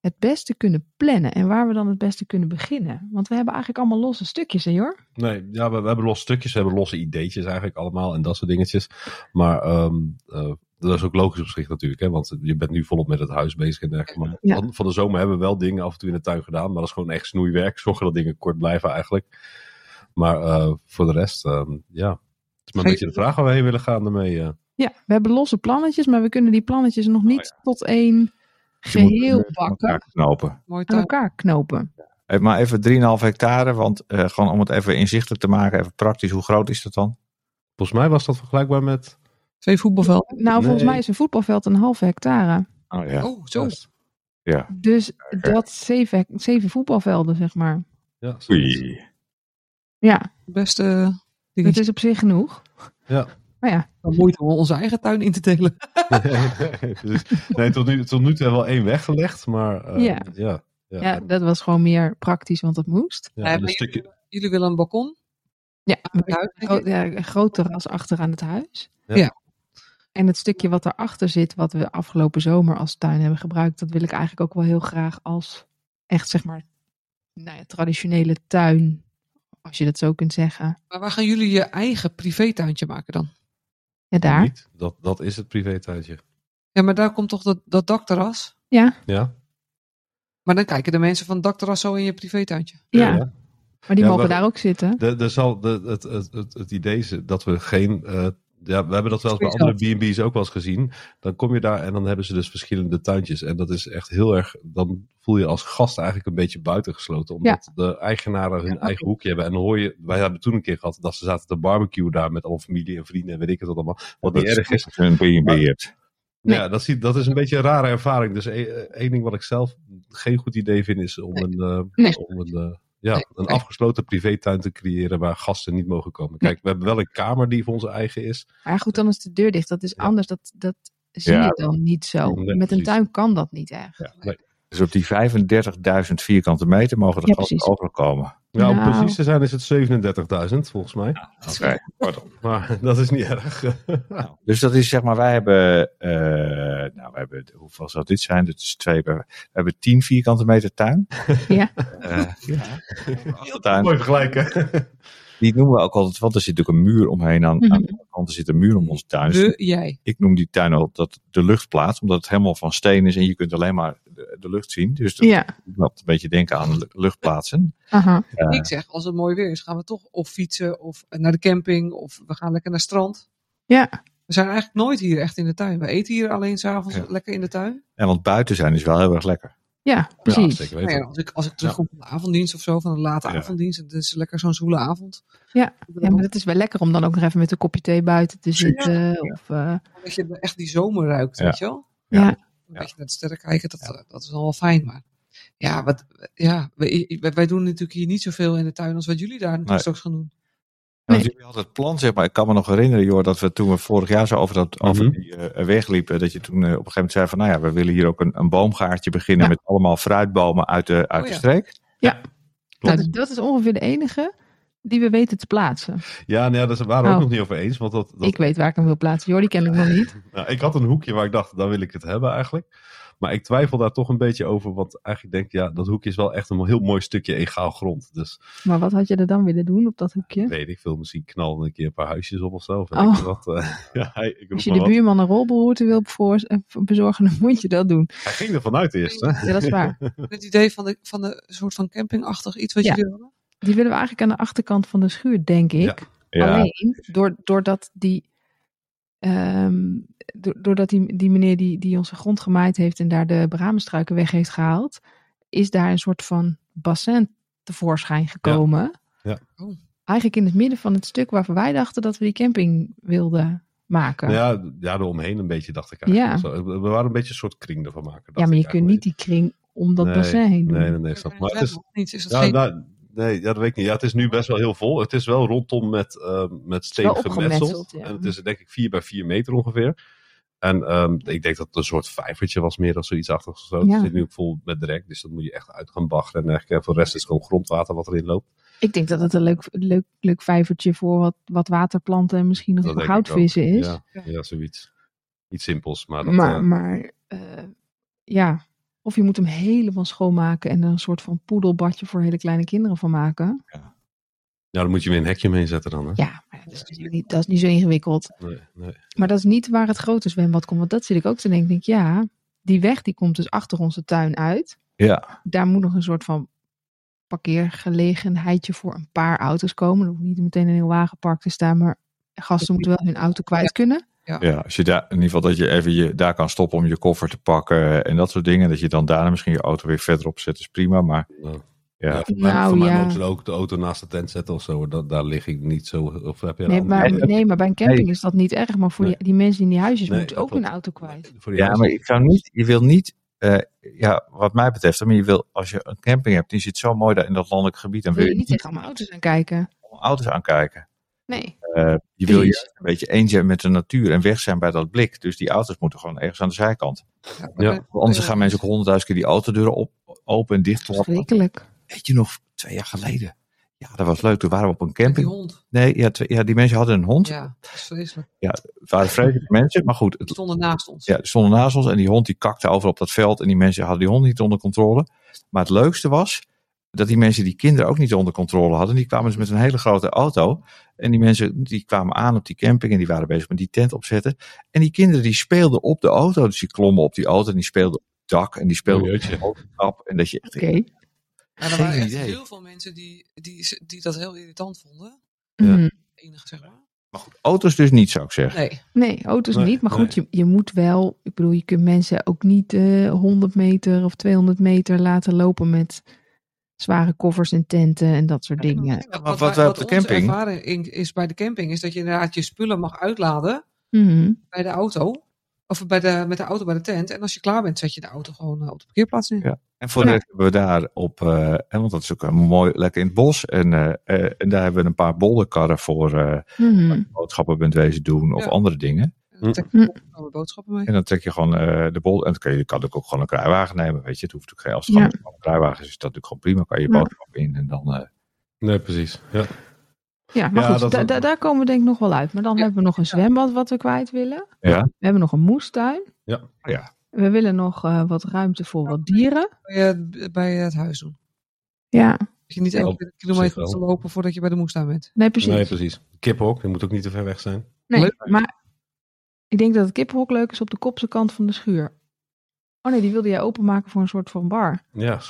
[SPEAKER 2] het beste kunnen plannen. En waar we dan het beste kunnen beginnen. Want we hebben eigenlijk allemaal losse stukjes, hè hoor.
[SPEAKER 4] Nee, ja, we, we hebben losse stukjes, we hebben losse ideetjes eigenlijk allemaal en dat soort dingetjes. Maar ehm, eh, dat is ook logisch op zich natuurlijk, hè, want je bent nu volop met het huis bezig en dergelijke. Maar
[SPEAKER 2] Ja.
[SPEAKER 4] van, van de zomer hebben we wel dingen af en toe in de tuin gedaan, maar dat is gewoon echt snoeiwerk. Zorgen dat dingen kort blijven eigenlijk. Maar eh, voor de rest, ehm, ja. Het is maar
[SPEAKER 3] Geen-
[SPEAKER 4] een beetje de vraag waar we heen willen gaan daarmee. eh.
[SPEAKER 2] Ja, we hebben losse plannetjes, maar we kunnen die plannetjes nog niet tot één
[SPEAKER 1] Oh, Je moet-
[SPEAKER 2] geheel
[SPEAKER 1] elkaar
[SPEAKER 2] bakken
[SPEAKER 1] knopen.
[SPEAKER 3] Mooi
[SPEAKER 2] aan
[SPEAKER 4] Nou,
[SPEAKER 3] tuin.
[SPEAKER 2] elkaar knopen.
[SPEAKER 1] Eh, Maar even 3,5 hectare, want eh, gewoon om het even inzichtelijk te maken, even praktisch, hoe groot is dat dan?
[SPEAKER 4] Volgens mij was dat vergelijkbaar met...
[SPEAKER 3] Twee voetbalvelden.
[SPEAKER 2] Nou, volgens
[SPEAKER 4] Nee.
[SPEAKER 2] mij is een voetbalveld een half hectare.
[SPEAKER 1] Oh ja.
[SPEAKER 3] Oh, zo.
[SPEAKER 2] Dus dat zeven, hec- zeven voetbalvelden, zeg maar.
[SPEAKER 4] Ja, zoiets.
[SPEAKER 2] Ja,
[SPEAKER 3] Beste
[SPEAKER 2] Dat
[SPEAKER 3] dingetje.
[SPEAKER 2] is op zich genoeg.
[SPEAKER 4] Ja.
[SPEAKER 2] Maar ja,
[SPEAKER 3] Dan moeite om onze eigen tuin in te delen.
[SPEAKER 4] Dus, nee, tot nu, tot nu toe hebben we wel één weggelegd, maar eh,
[SPEAKER 2] Ja.
[SPEAKER 4] ja.
[SPEAKER 2] ja.
[SPEAKER 4] Ja,
[SPEAKER 2] dat was gewoon meer praktisch, want dat moest.
[SPEAKER 4] Ja,
[SPEAKER 3] Nee,
[SPEAKER 4] en een
[SPEAKER 3] maar
[SPEAKER 4] stukje,
[SPEAKER 3] jullie, jullie willen een balkon. Nou,
[SPEAKER 2] Ja,
[SPEAKER 3] Een huis, denk
[SPEAKER 2] gro-
[SPEAKER 3] ik.
[SPEAKER 2] ja, een groot terras achter aan het huis.
[SPEAKER 4] Ja.
[SPEAKER 3] Ja.
[SPEAKER 2] En het stukje wat daarachter zit, wat we afgelopen zomer als tuin hebben gebruikt, dat wil ik eigenlijk ook wel heel graag als echt, zeg maar, nou ja, traditionele tuin. Als je dat zo kunt zeggen.
[SPEAKER 3] Maar waar gaan jullie je eigen privétuintje maken dan?
[SPEAKER 2] Ja, daar.
[SPEAKER 4] Niet? Dat, dat is het privétuintje.
[SPEAKER 3] Ja, maar daar komt toch dat, dat dakterras?
[SPEAKER 2] Ja,
[SPEAKER 4] Ja,
[SPEAKER 3] Maar dan kijken de mensen van het dakterras zo in je privétuintje.
[SPEAKER 2] ja.
[SPEAKER 4] ja.
[SPEAKER 2] maar die
[SPEAKER 4] Ja,
[SPEAKER 2] mogen
[SPEAKER 4] maar-
[SPEAKER 2] daar ook zitten.
[SPEAKER 4] De, de zal, de, het, het, het, het idee is dat we geen. eh, ja, we hebben dat wel eens bij
[SPEAKER 3] Sowieso.
[SPEAKER 4] andere B&B's ook wel eens gezien. Dan kom je daar en dan hebben ze dus verschillende tuintjes. En dat is echt heel erg. Dan voel je als gast eigenlijk een beetje buitengesloten. Omdat de eigenaren hun eigen hoekje hebben. En dan hoor je. Wij hebben toen een keer gehad dat ze zaten te barbecue daar met allemaal familie en vrienden en weet ik het wat allemaal. Wat niet erg is.
[SPEAKER 1] Een B&B'ert.
[SPEAKER 2] Nee.
[SPEAKER 4] Ja, dat, zie, dat is een beetje een rare ervaring. Dus e- eh, één ding wat ik zelf geen goed idee vind is om
[SPEAKER 3] Nee.
[SPEAKER 4] een, eh,
[SPEAKER 2] Nee.
[SPEAKER 4] om een, eh, ja,
[SPEAKER 3] Nee,
[SPEAKER 4] een
[SPEAKER 3] nee.
[SPEAKER 4] afgesloten privétuin te creëren waar gasten niet mogen komen. Kijk, we hebben wel een kamer die voor onze eigen is.
[SPEAKER 2] Maar ja, goed, dan is de deur dicht. Dat is
[SPEAKER 4] Ja.
[SPEAKER 2] anders. Dat, dat zie
[SPEAKER 1] Ja.
[SPEAKER 2] je dan niet zo.
[SPEAKER 4] Nee,
[SPEAKER 2] Met een
[SPEAKER 4] precies.
[SPEAKER 2] tuin kan dat niet echt.
[SPEAKER 1] Dus op die 35.000 vierkante meter mogen de
[SPEAKER 2] Ja,
[SPEAKER 1] gasten
[SPEAKER 2] precies.
[SPEAKER 1] overkomen.
[SPEAKER 4] Ja, om
[SPEAKER 2] Nou.
[SPEAKER 4] precies te zijn is het 37.000 volgens mij.
[SPEAKER 1] Oké.
[SPEAKER 4] Maar dat is niet erg.
[SPEAKER 1] Dus dat is zeg maar, wij hebben, eh, nou, wij hebben, hoeveel zou dit zijn? Dat is twee, bij- we hebben 10 vierkante meter tuin.
[SPEAKER 2] Ja.
[SPEAKER 1] Eh, achtertuin.
[SPEAKER 4] Mooi vergelijken.
[SPEAKER 1] Die noemen we ook altijd, want er zit ook een muur omheen. Aan, aan
[SPEAKER 2] Mhm.
[SPEAKER 1] de kant er zit een muur om onze tuin. Dus
[SPEAKER 3] De jij.
[SPEAKER 1] ik noem die tuin al dat de luchtplaats, omdat het helemaal van steen is en je kunt alleen maar de, de lucht zien. Dus dat
[SPEAKER 2] Ja.
[SPEAKER 1] doet me een beetje denken aan lu- luchtplaatsen.
[SPEAKER 2] Aha.
[SPEAKER 1] Ja.
[SPEAKER 3] Ik zeg, als het mooi weer is, gaan we toch of fietsen of naar de camping of we gaan lekker naar het strand.
[SPEAKER 2] Ja.
[SPEAKER 3] We zijn eigenlijk nooit hier echt in de tuin. We eten hier alleen s'avonds
[SPEAKER 1] Ja.
[SPEAKER 3] lekker in de tuin.
[SPEAKER 1] En want buiten zijn is wel heel erg lekker.
[SPEAKER 2] Ja, precies.
[SPEAKER 4] zeker
[SPEAKER 3] Nou
[SPEAKER 4] weten.
[SPEAKER 3] ja, als ik, als ik terugkom van de avonddienst of zo, van een late
[SPEAKER 1] Ja.
[SPEAKER 3] avonddienst, het is lekker zo'n zoele avond.
[SPEAKER 2] Ja.
[SPEAKER 3] Dan
[SPEAKER 2] Ja, maar dat is wel lekker om dan ook nog even met een kopje thee buiten te zitten. Of, eh,
[SPEAKER 3] Dat je echt die zomer ruikt,
[SPEAKER 1] Ja.
[SPEAKER 3] weet je wel?
[SPEAKER 2] Ja.
[SPEAKER 1] Ja.
[SPEAKER 3] Een beetje naar de sterren kijken, dat, eh, dat is dan wel fijn. Maar ja, wat, ja wij, wij- wij doen natuurlijk hier niet zoveel in de tuin als wat jullie daar natuurlijk
[SPEAKER 1] Nee.
[SPEAKER 3] straks gaan doen.
[SPEAKER 1] En
[SPEAKER 2] Nee.
[SPEAKER 1] jullie hadden het plan, zeg maar. Ik kan me nog herinneren, joh, dat we toen we vorig jaar zo over, dat, over
[SPEAKER 4] Mhm.
[SPEAKER 1] die eh, weg liepen, dat je toen eh, op een gegeven moment zei van, nou ja, we willen hier ook een, een boomgaartje beginnen met allemaal fruitbomen uit de, uit
[SPEAKER 3] Oh
[SPEAKER 1] de
[SPEAKER 3] ja.
[SPEAKER 1] streek.
[SPEAKER 2] nou, dat- dat is ongeveer de enige die we weten te plaatsen.
[SPEAKER 4] Ja, nou ja, daar waren we ook
[SPEAKER 2] Oh.
[SPEAKER 4] nog niet over eens. Want dat, dat,
[SPEAKER 2] Ik weet waar ik hem wil plaatsen. Jordi ken ik nog niet.
[SPEAKER 4] Nou, ik had een hoekje waar ik dacht, daar wil ik het hebben eigenlijk. Maar ik twijfel daar toch een beetje over. Want eigenlijk denk ik, ja, dat hoekje is wel echt een heel mooi stukje egaal grond. Dus
[SPEAKER 2] Maar wat had je er dan willen doen op dat hoekje?
[SPEAKER 4] weet ik veel, misschien knalden een keer een paar huisjes op of zo. Of weet
[SPEAKER 2] Hm? Oh.
[SPEAKER 4] ik wat. eh, ja, hij, ik roep
[SPEAKER 2] Als je
[SPEAKER 4] maar
[SPEAKER 2] de
[SPEAKER 4] wat.
[SPEAKER 2] buurman een rolberoerte wil bevoor- eh, bezorgen, dan moet je dat doen.
[SPEAKER 4] Hij ging er vanuit eerst, hè?
[SPEAKER 2] Ja, dat is waar.
[SPEAKER 3] Het idee van de, van de soort van campingachtig iets wat
[SPEAKER 2] Ja.
[SPEAKER 3] jullie hadden.
[SPEAKER 2] Die willen we eigenlijk aan de achterkant van de schuur, denk ik.
[SPEAKER 4] Ja.
[SPEAKER 2] Alleen, door, doordat die, ehm, do- doordat die, die meneer die, die onze grond gemaaid heeft en daar de bramenstruiken weg heeft gehaald, is daar een soort van bassin tevoorschijn gekomen.
[SPEAKER 4] Ja.
[SPEAKER 3] Oh.
[SPEAKER 2] Eigenlijk in het midden van het stuk waarvan wij dachten dat we die camping wilden maken.
[SPEAKER 4] Nou Ja, ja, eromheen een beetje, dacht ik eigenlijk.
[SPEAKER 2] Ja.
[SPEAKER 4] Zo, We waren een beetje een soort kring ervan maken.
[SPEAKER 2] Ja,
[SPEAKER 4] dacht
[SPEAKER 2] maar
[SPEAKER 4] ik
[SPEAKER 2] je kunt niet
[SPEAKER 4] eigenlijk.
[SPEAKER 2] die kring om dat
[SPEAKER 4] Nee,
[SPEAKER 2] bassin heen doen.
[SPEAKER 4] Nee, nee, nee, snap.
[SPEAKER 3] Is
[SPEAKER 4] Maar
[SPEAKER 3] dat
[SPEAKER 4] het is,
[SPEAKER 3] wel iets? Is dat
[SPEAKER 4] ja,
[SPEAKER 3] geen-
[SPEAKER 4] nou, nee, ja, dat weet ik niet. Ja, het is nu best wel heel vol. Het is wel rondom met, eh met
[SPEAKER 2] wel
[SPEAKER 4] steen gemetseld.
[SPEAKER 2] opgemetseld, ja.
[SPEAKER 4] En het is denk ik 4 bij 4 meter ongeveer. En ehm, ik denk dat het een soort vijvertje was meer of zoiets achter of zo.
[SPEAKER 2] Ja.
[SPEAKER 4] Het zit nu ook vol met drek, dus dat moet je echt uit gaan baggeren. En eigenlijk, eh, voor de rest is het gewoon grondwater wat erin loopt.
[SPEAKER 2] Ik denk dat het een leuk, leuk, leuk vijvertje voor wat, wat waterplanten en misschien nog
[SPEAKER 4] Dat
[SPEAKER 2] voor
[SPEAKER 4] denk ik
[SPEAKER 2] goudvissen
[SPEAKER 4] ook.
[SPEAKER 2] is.
[SPEAKER 4] Ja,
[SPEAKER 3] Ja.
[SPEAKER 4] ja, zoiets. Iets simpels, maar dat...
[SPEAKER 2] maar
[SPEAKER 4] eh,
[SPEAKER 2] maar eh, ja, of je moet hem helemaal schoonmaken en er een soort van poedelbadje voor hele kleine kinderen van maken.
[SPEAKER 4] ja, dan moet je weer een hekje mee zetten dan, hè?
[SPEAKER 2] Ja, maar dat is natuurlijk niet, dat is niet zo ingewikkeld.
[SPEAKER 4] Nee, nee.
[SPEAKER 2] Maar dat is niet waar het grote zwembad komt. Want dat zit ik ook te denken. Ik denk, ja, die weg die komt dus achter onze tuin uit.
[SPEAKER 1] Ja.
[SPEAKER 2] Daar moet nog een soort van parkeergelegenheidje voor een paar auto's komen. Er hoeft niet meteen een heel wagenpark te staan, maar gasten moeten wel hun auto kwijt kunnen.
[SPEAKER 1] Ja, als je daar in ieder geval dat je even je, daar kan stoppen om je koffer te pakken en dat soort dingen. Dat je dan daarna misschien je auto weer verder opzet is prima. Maar Ja.
[SPEAKER 4] voor mij-
[SPEAKER 2] Nou,
[SPEAKER 4] voor mij
[SPEAKER 2] ja.
[SPEAKER 4] moeten ze ook de auto naast de tent zetten of zo. hoor. Dat, daar lig ik niet zo... Of heb je een
[SPEAKER 2] Nee,
[SPEAKER 4] andere-
[SPEAKER 2] maar,
[SPEAKER 1] Nee,
[SPEAKER 2] nee, maar bij een camping is dat niet erg. Maar voor
[SPEAKER 4] Nee.
[SPEAKER 2] die, die mensen die in die huisjes
[SPEAKER 4] Nee,
[SPEAKER 2] moeten
[SPEAKER 4] dat
[SPEAKER 2] ook hun
[SPEAKER 4] klopt.
[SPEAKER 2] auto kwijt.
[SPEAKER 4] Voor die
[SPEAKER 1] Ja, maar ik zou niet, je wil niet, eh, ja, wat mij betreft, maar je wil, als je een camping hebt, die zit zo mooi daar in dat landelijk gebied, dan
[SPEAKER 2] Dan wil je
[SPEAKER 1] niet
[SPEAKER 2] niet tegen allemaal auto's aan kijken.
[SPEAKER 1] allemaal auto's aankijken.
[SPEAKER 2] Nee.
[SPEAKER 1] Eh, je wil
[SPEAKER 2] Eens.
[SPEAKER 1] juist een beetje eens zijn met de natuur en weg zijn bij dat blik. Dus die auto's moeten gewoon ergens aan de zijkant.
[SPEAKER 3] Ja,
[SPEAKER 4] Ja.
[SPEAKER 3] maar-
[SPEAKER 1] Want anders
[SPEAKER 3] eh,
[SPEAKER 1] gaan mensen ook honderdduizend keer die autodeuren op, open en dicht klappen.
[SPEAKER 2] Verschrikkelijk.
[SPEAKER 1] Weet je nog, twee jaar geleden? Ja, dat was leuk. Toen waren we op een
[SPEAKER 3] Die
[SPEAKER 1] camping.
[SPEAKER 3] hond.
[SPEAKER 1] Nee, ja, twee- ja die mensen hadden een hond.
[SPEAKER 3] Ja, dat is vreselijk.
[SPEAKER 1] Het waren vreselijke mensen, maar goed.
[SPEAKER 3] Die
[SPEAKER 1] Het,
[SPEAKER 3] stonden naast ons.
[SPEAKER 1] ja, die stonden naast ons en die hond die kakte over op dat veld. En die mensen hadden die hond niet onder controle. Maar het leukste was dat die mensen die kinderen ook niet onder controle hadden. Die kwamen dus met een hele grote auto. En die mensen die kwamen aan op die camping en die waren bezig met die tent opzetten. En die kinderen die speelden op de auto. Dus die klommen op die auto en die speelden op het dak. En die speelden op
[SPEAKER 4] Jeetje.
[SPEAKER 1] de motorkap. En dat je echt...
[SPEAKER 2] Oké.
[SPEAKER 3] Maar er
[SPEAKER 1] Geen
[SPEAKER 3] waren echt
[SPEAKER 1] idee.
[SPEAKER 3] heel veel mensen die, die, die dat heel irritant vonden.
[SPEAKER 1] Ja.
[SPEAKER 2] Mhm.
[SPEAKER 3] Enig, zeg maar.
[SPEAKER 1] Maar goed, auto's dus niet zou ik zeggen.
[SPEAKER 3] Nee.
[SPEAKER 2] Nee, auto's
[SPEAKER 4] Nee,
[SPEAKER 2] niet. Maar goed, je, je moet wel. Ik bedoel, je kunt mensen ook niet eh 100 meter of 200 meter laten lopen met zware koffers en tenten en dat soort dingen.
[SPEAKER 1] maar wat wij op de
[SPEAKER 3] onze
[SPEAKER 1] camping-
[SPEAKER 3] ervaring is bij de camping is dat je inderdaad je spullen mag uitladen
[SPEAKER 2] Mhm.
[SPEAKER 3] bij de auto. Of bij de, met de auto bij de tent. En als je klaar bent, zet je de auto gewoon eh, op de parkeerplaats neer.
[SPEAKER 1] Ja. En voor de rest hebben we daar op, eh, hè, want dat is ook een mooi, lekker in het bos. En, eh, eh, en daar hebben we een paar bolderkarren voor eh, als
[SPEAKER 2] Mhm.
[SPEAKER 1] je boodschappen bent wezen doen of
[SPEAKER 3] Ja.
[SPEAKER 1] andere dingen.
[SPEAKER 3] En dan
[SPEAKER 4] Hm.
[SPEAKER 3] trek je alle boodschappen mee.
[SPEAKER 1] En dan trek je gewoon eh, de bol. En dan kan je, je kan ook gewoon een kruiwagen nemen, weet je. Het hoeft ook geen, als het
[SPEAKER 2] Ja.
[SPEAKER 1] gewoon een kruiwagen is, is dat natuurlijk gewoon prima. Kan je je
[SPEAKER 2] Ja.
[SPEAKER 1] boodschappen in en dan... eh,
[SPEAKER 4] Nee, precies. Ja.
[SPEAKER 2] Ja, maar
[SPEAKER 4] Ja,
[SPEAKER 2] goed,
[SPEAKER 4] dat-
[SPEAKER 2] da- da- daar komen we denk ik nog wel uit. Maar dan
[SPEAKER 3] Ja.
[SPEAKER 2] hebben we nog een zwembad wat we kwijt willen.
[SPEAKER 1] Ja.
[SPEAKER 2] We hebben nog een moestuin.
[SPEAKER 4] Ja.
[SPEAKER 1] Ja.
[SPEAKER 2] We willen nog eh, wat ruimte voor wat dieren.
[SPEAKER 3] Bij, eh, bij het huis doen.
[SPEAKER 2] Ja,
[SPEAKER 3] Dat je niet
[SPEAKER 4] Ja,
[SPEAKER 3] elke
[SPEAKER 4] op
[SPEAKER 3] keer een
[SPEAKER 4] zich
[SPEAKER 3] kilometer
[SPEAKER 4] wel.
[SPEAKER 3] hoeft te lopen voordat je bij de moestuin bent.
[SPEAKER 2] nee precies.
[SPEAKER 4] Nee, precies. Kip ook. Die moet ook niet te ver weg zijn.
[SPEAKER 2] Nee,
[SPEAKER 3] Leuk.
[SPEAKER 2] maar ik denk dat het kippenhok leuk is op de kopse kant van de schuur. Oh nee, die wilde jij openmaken voor een soort van bar.
[SPEAKER 4] Ja.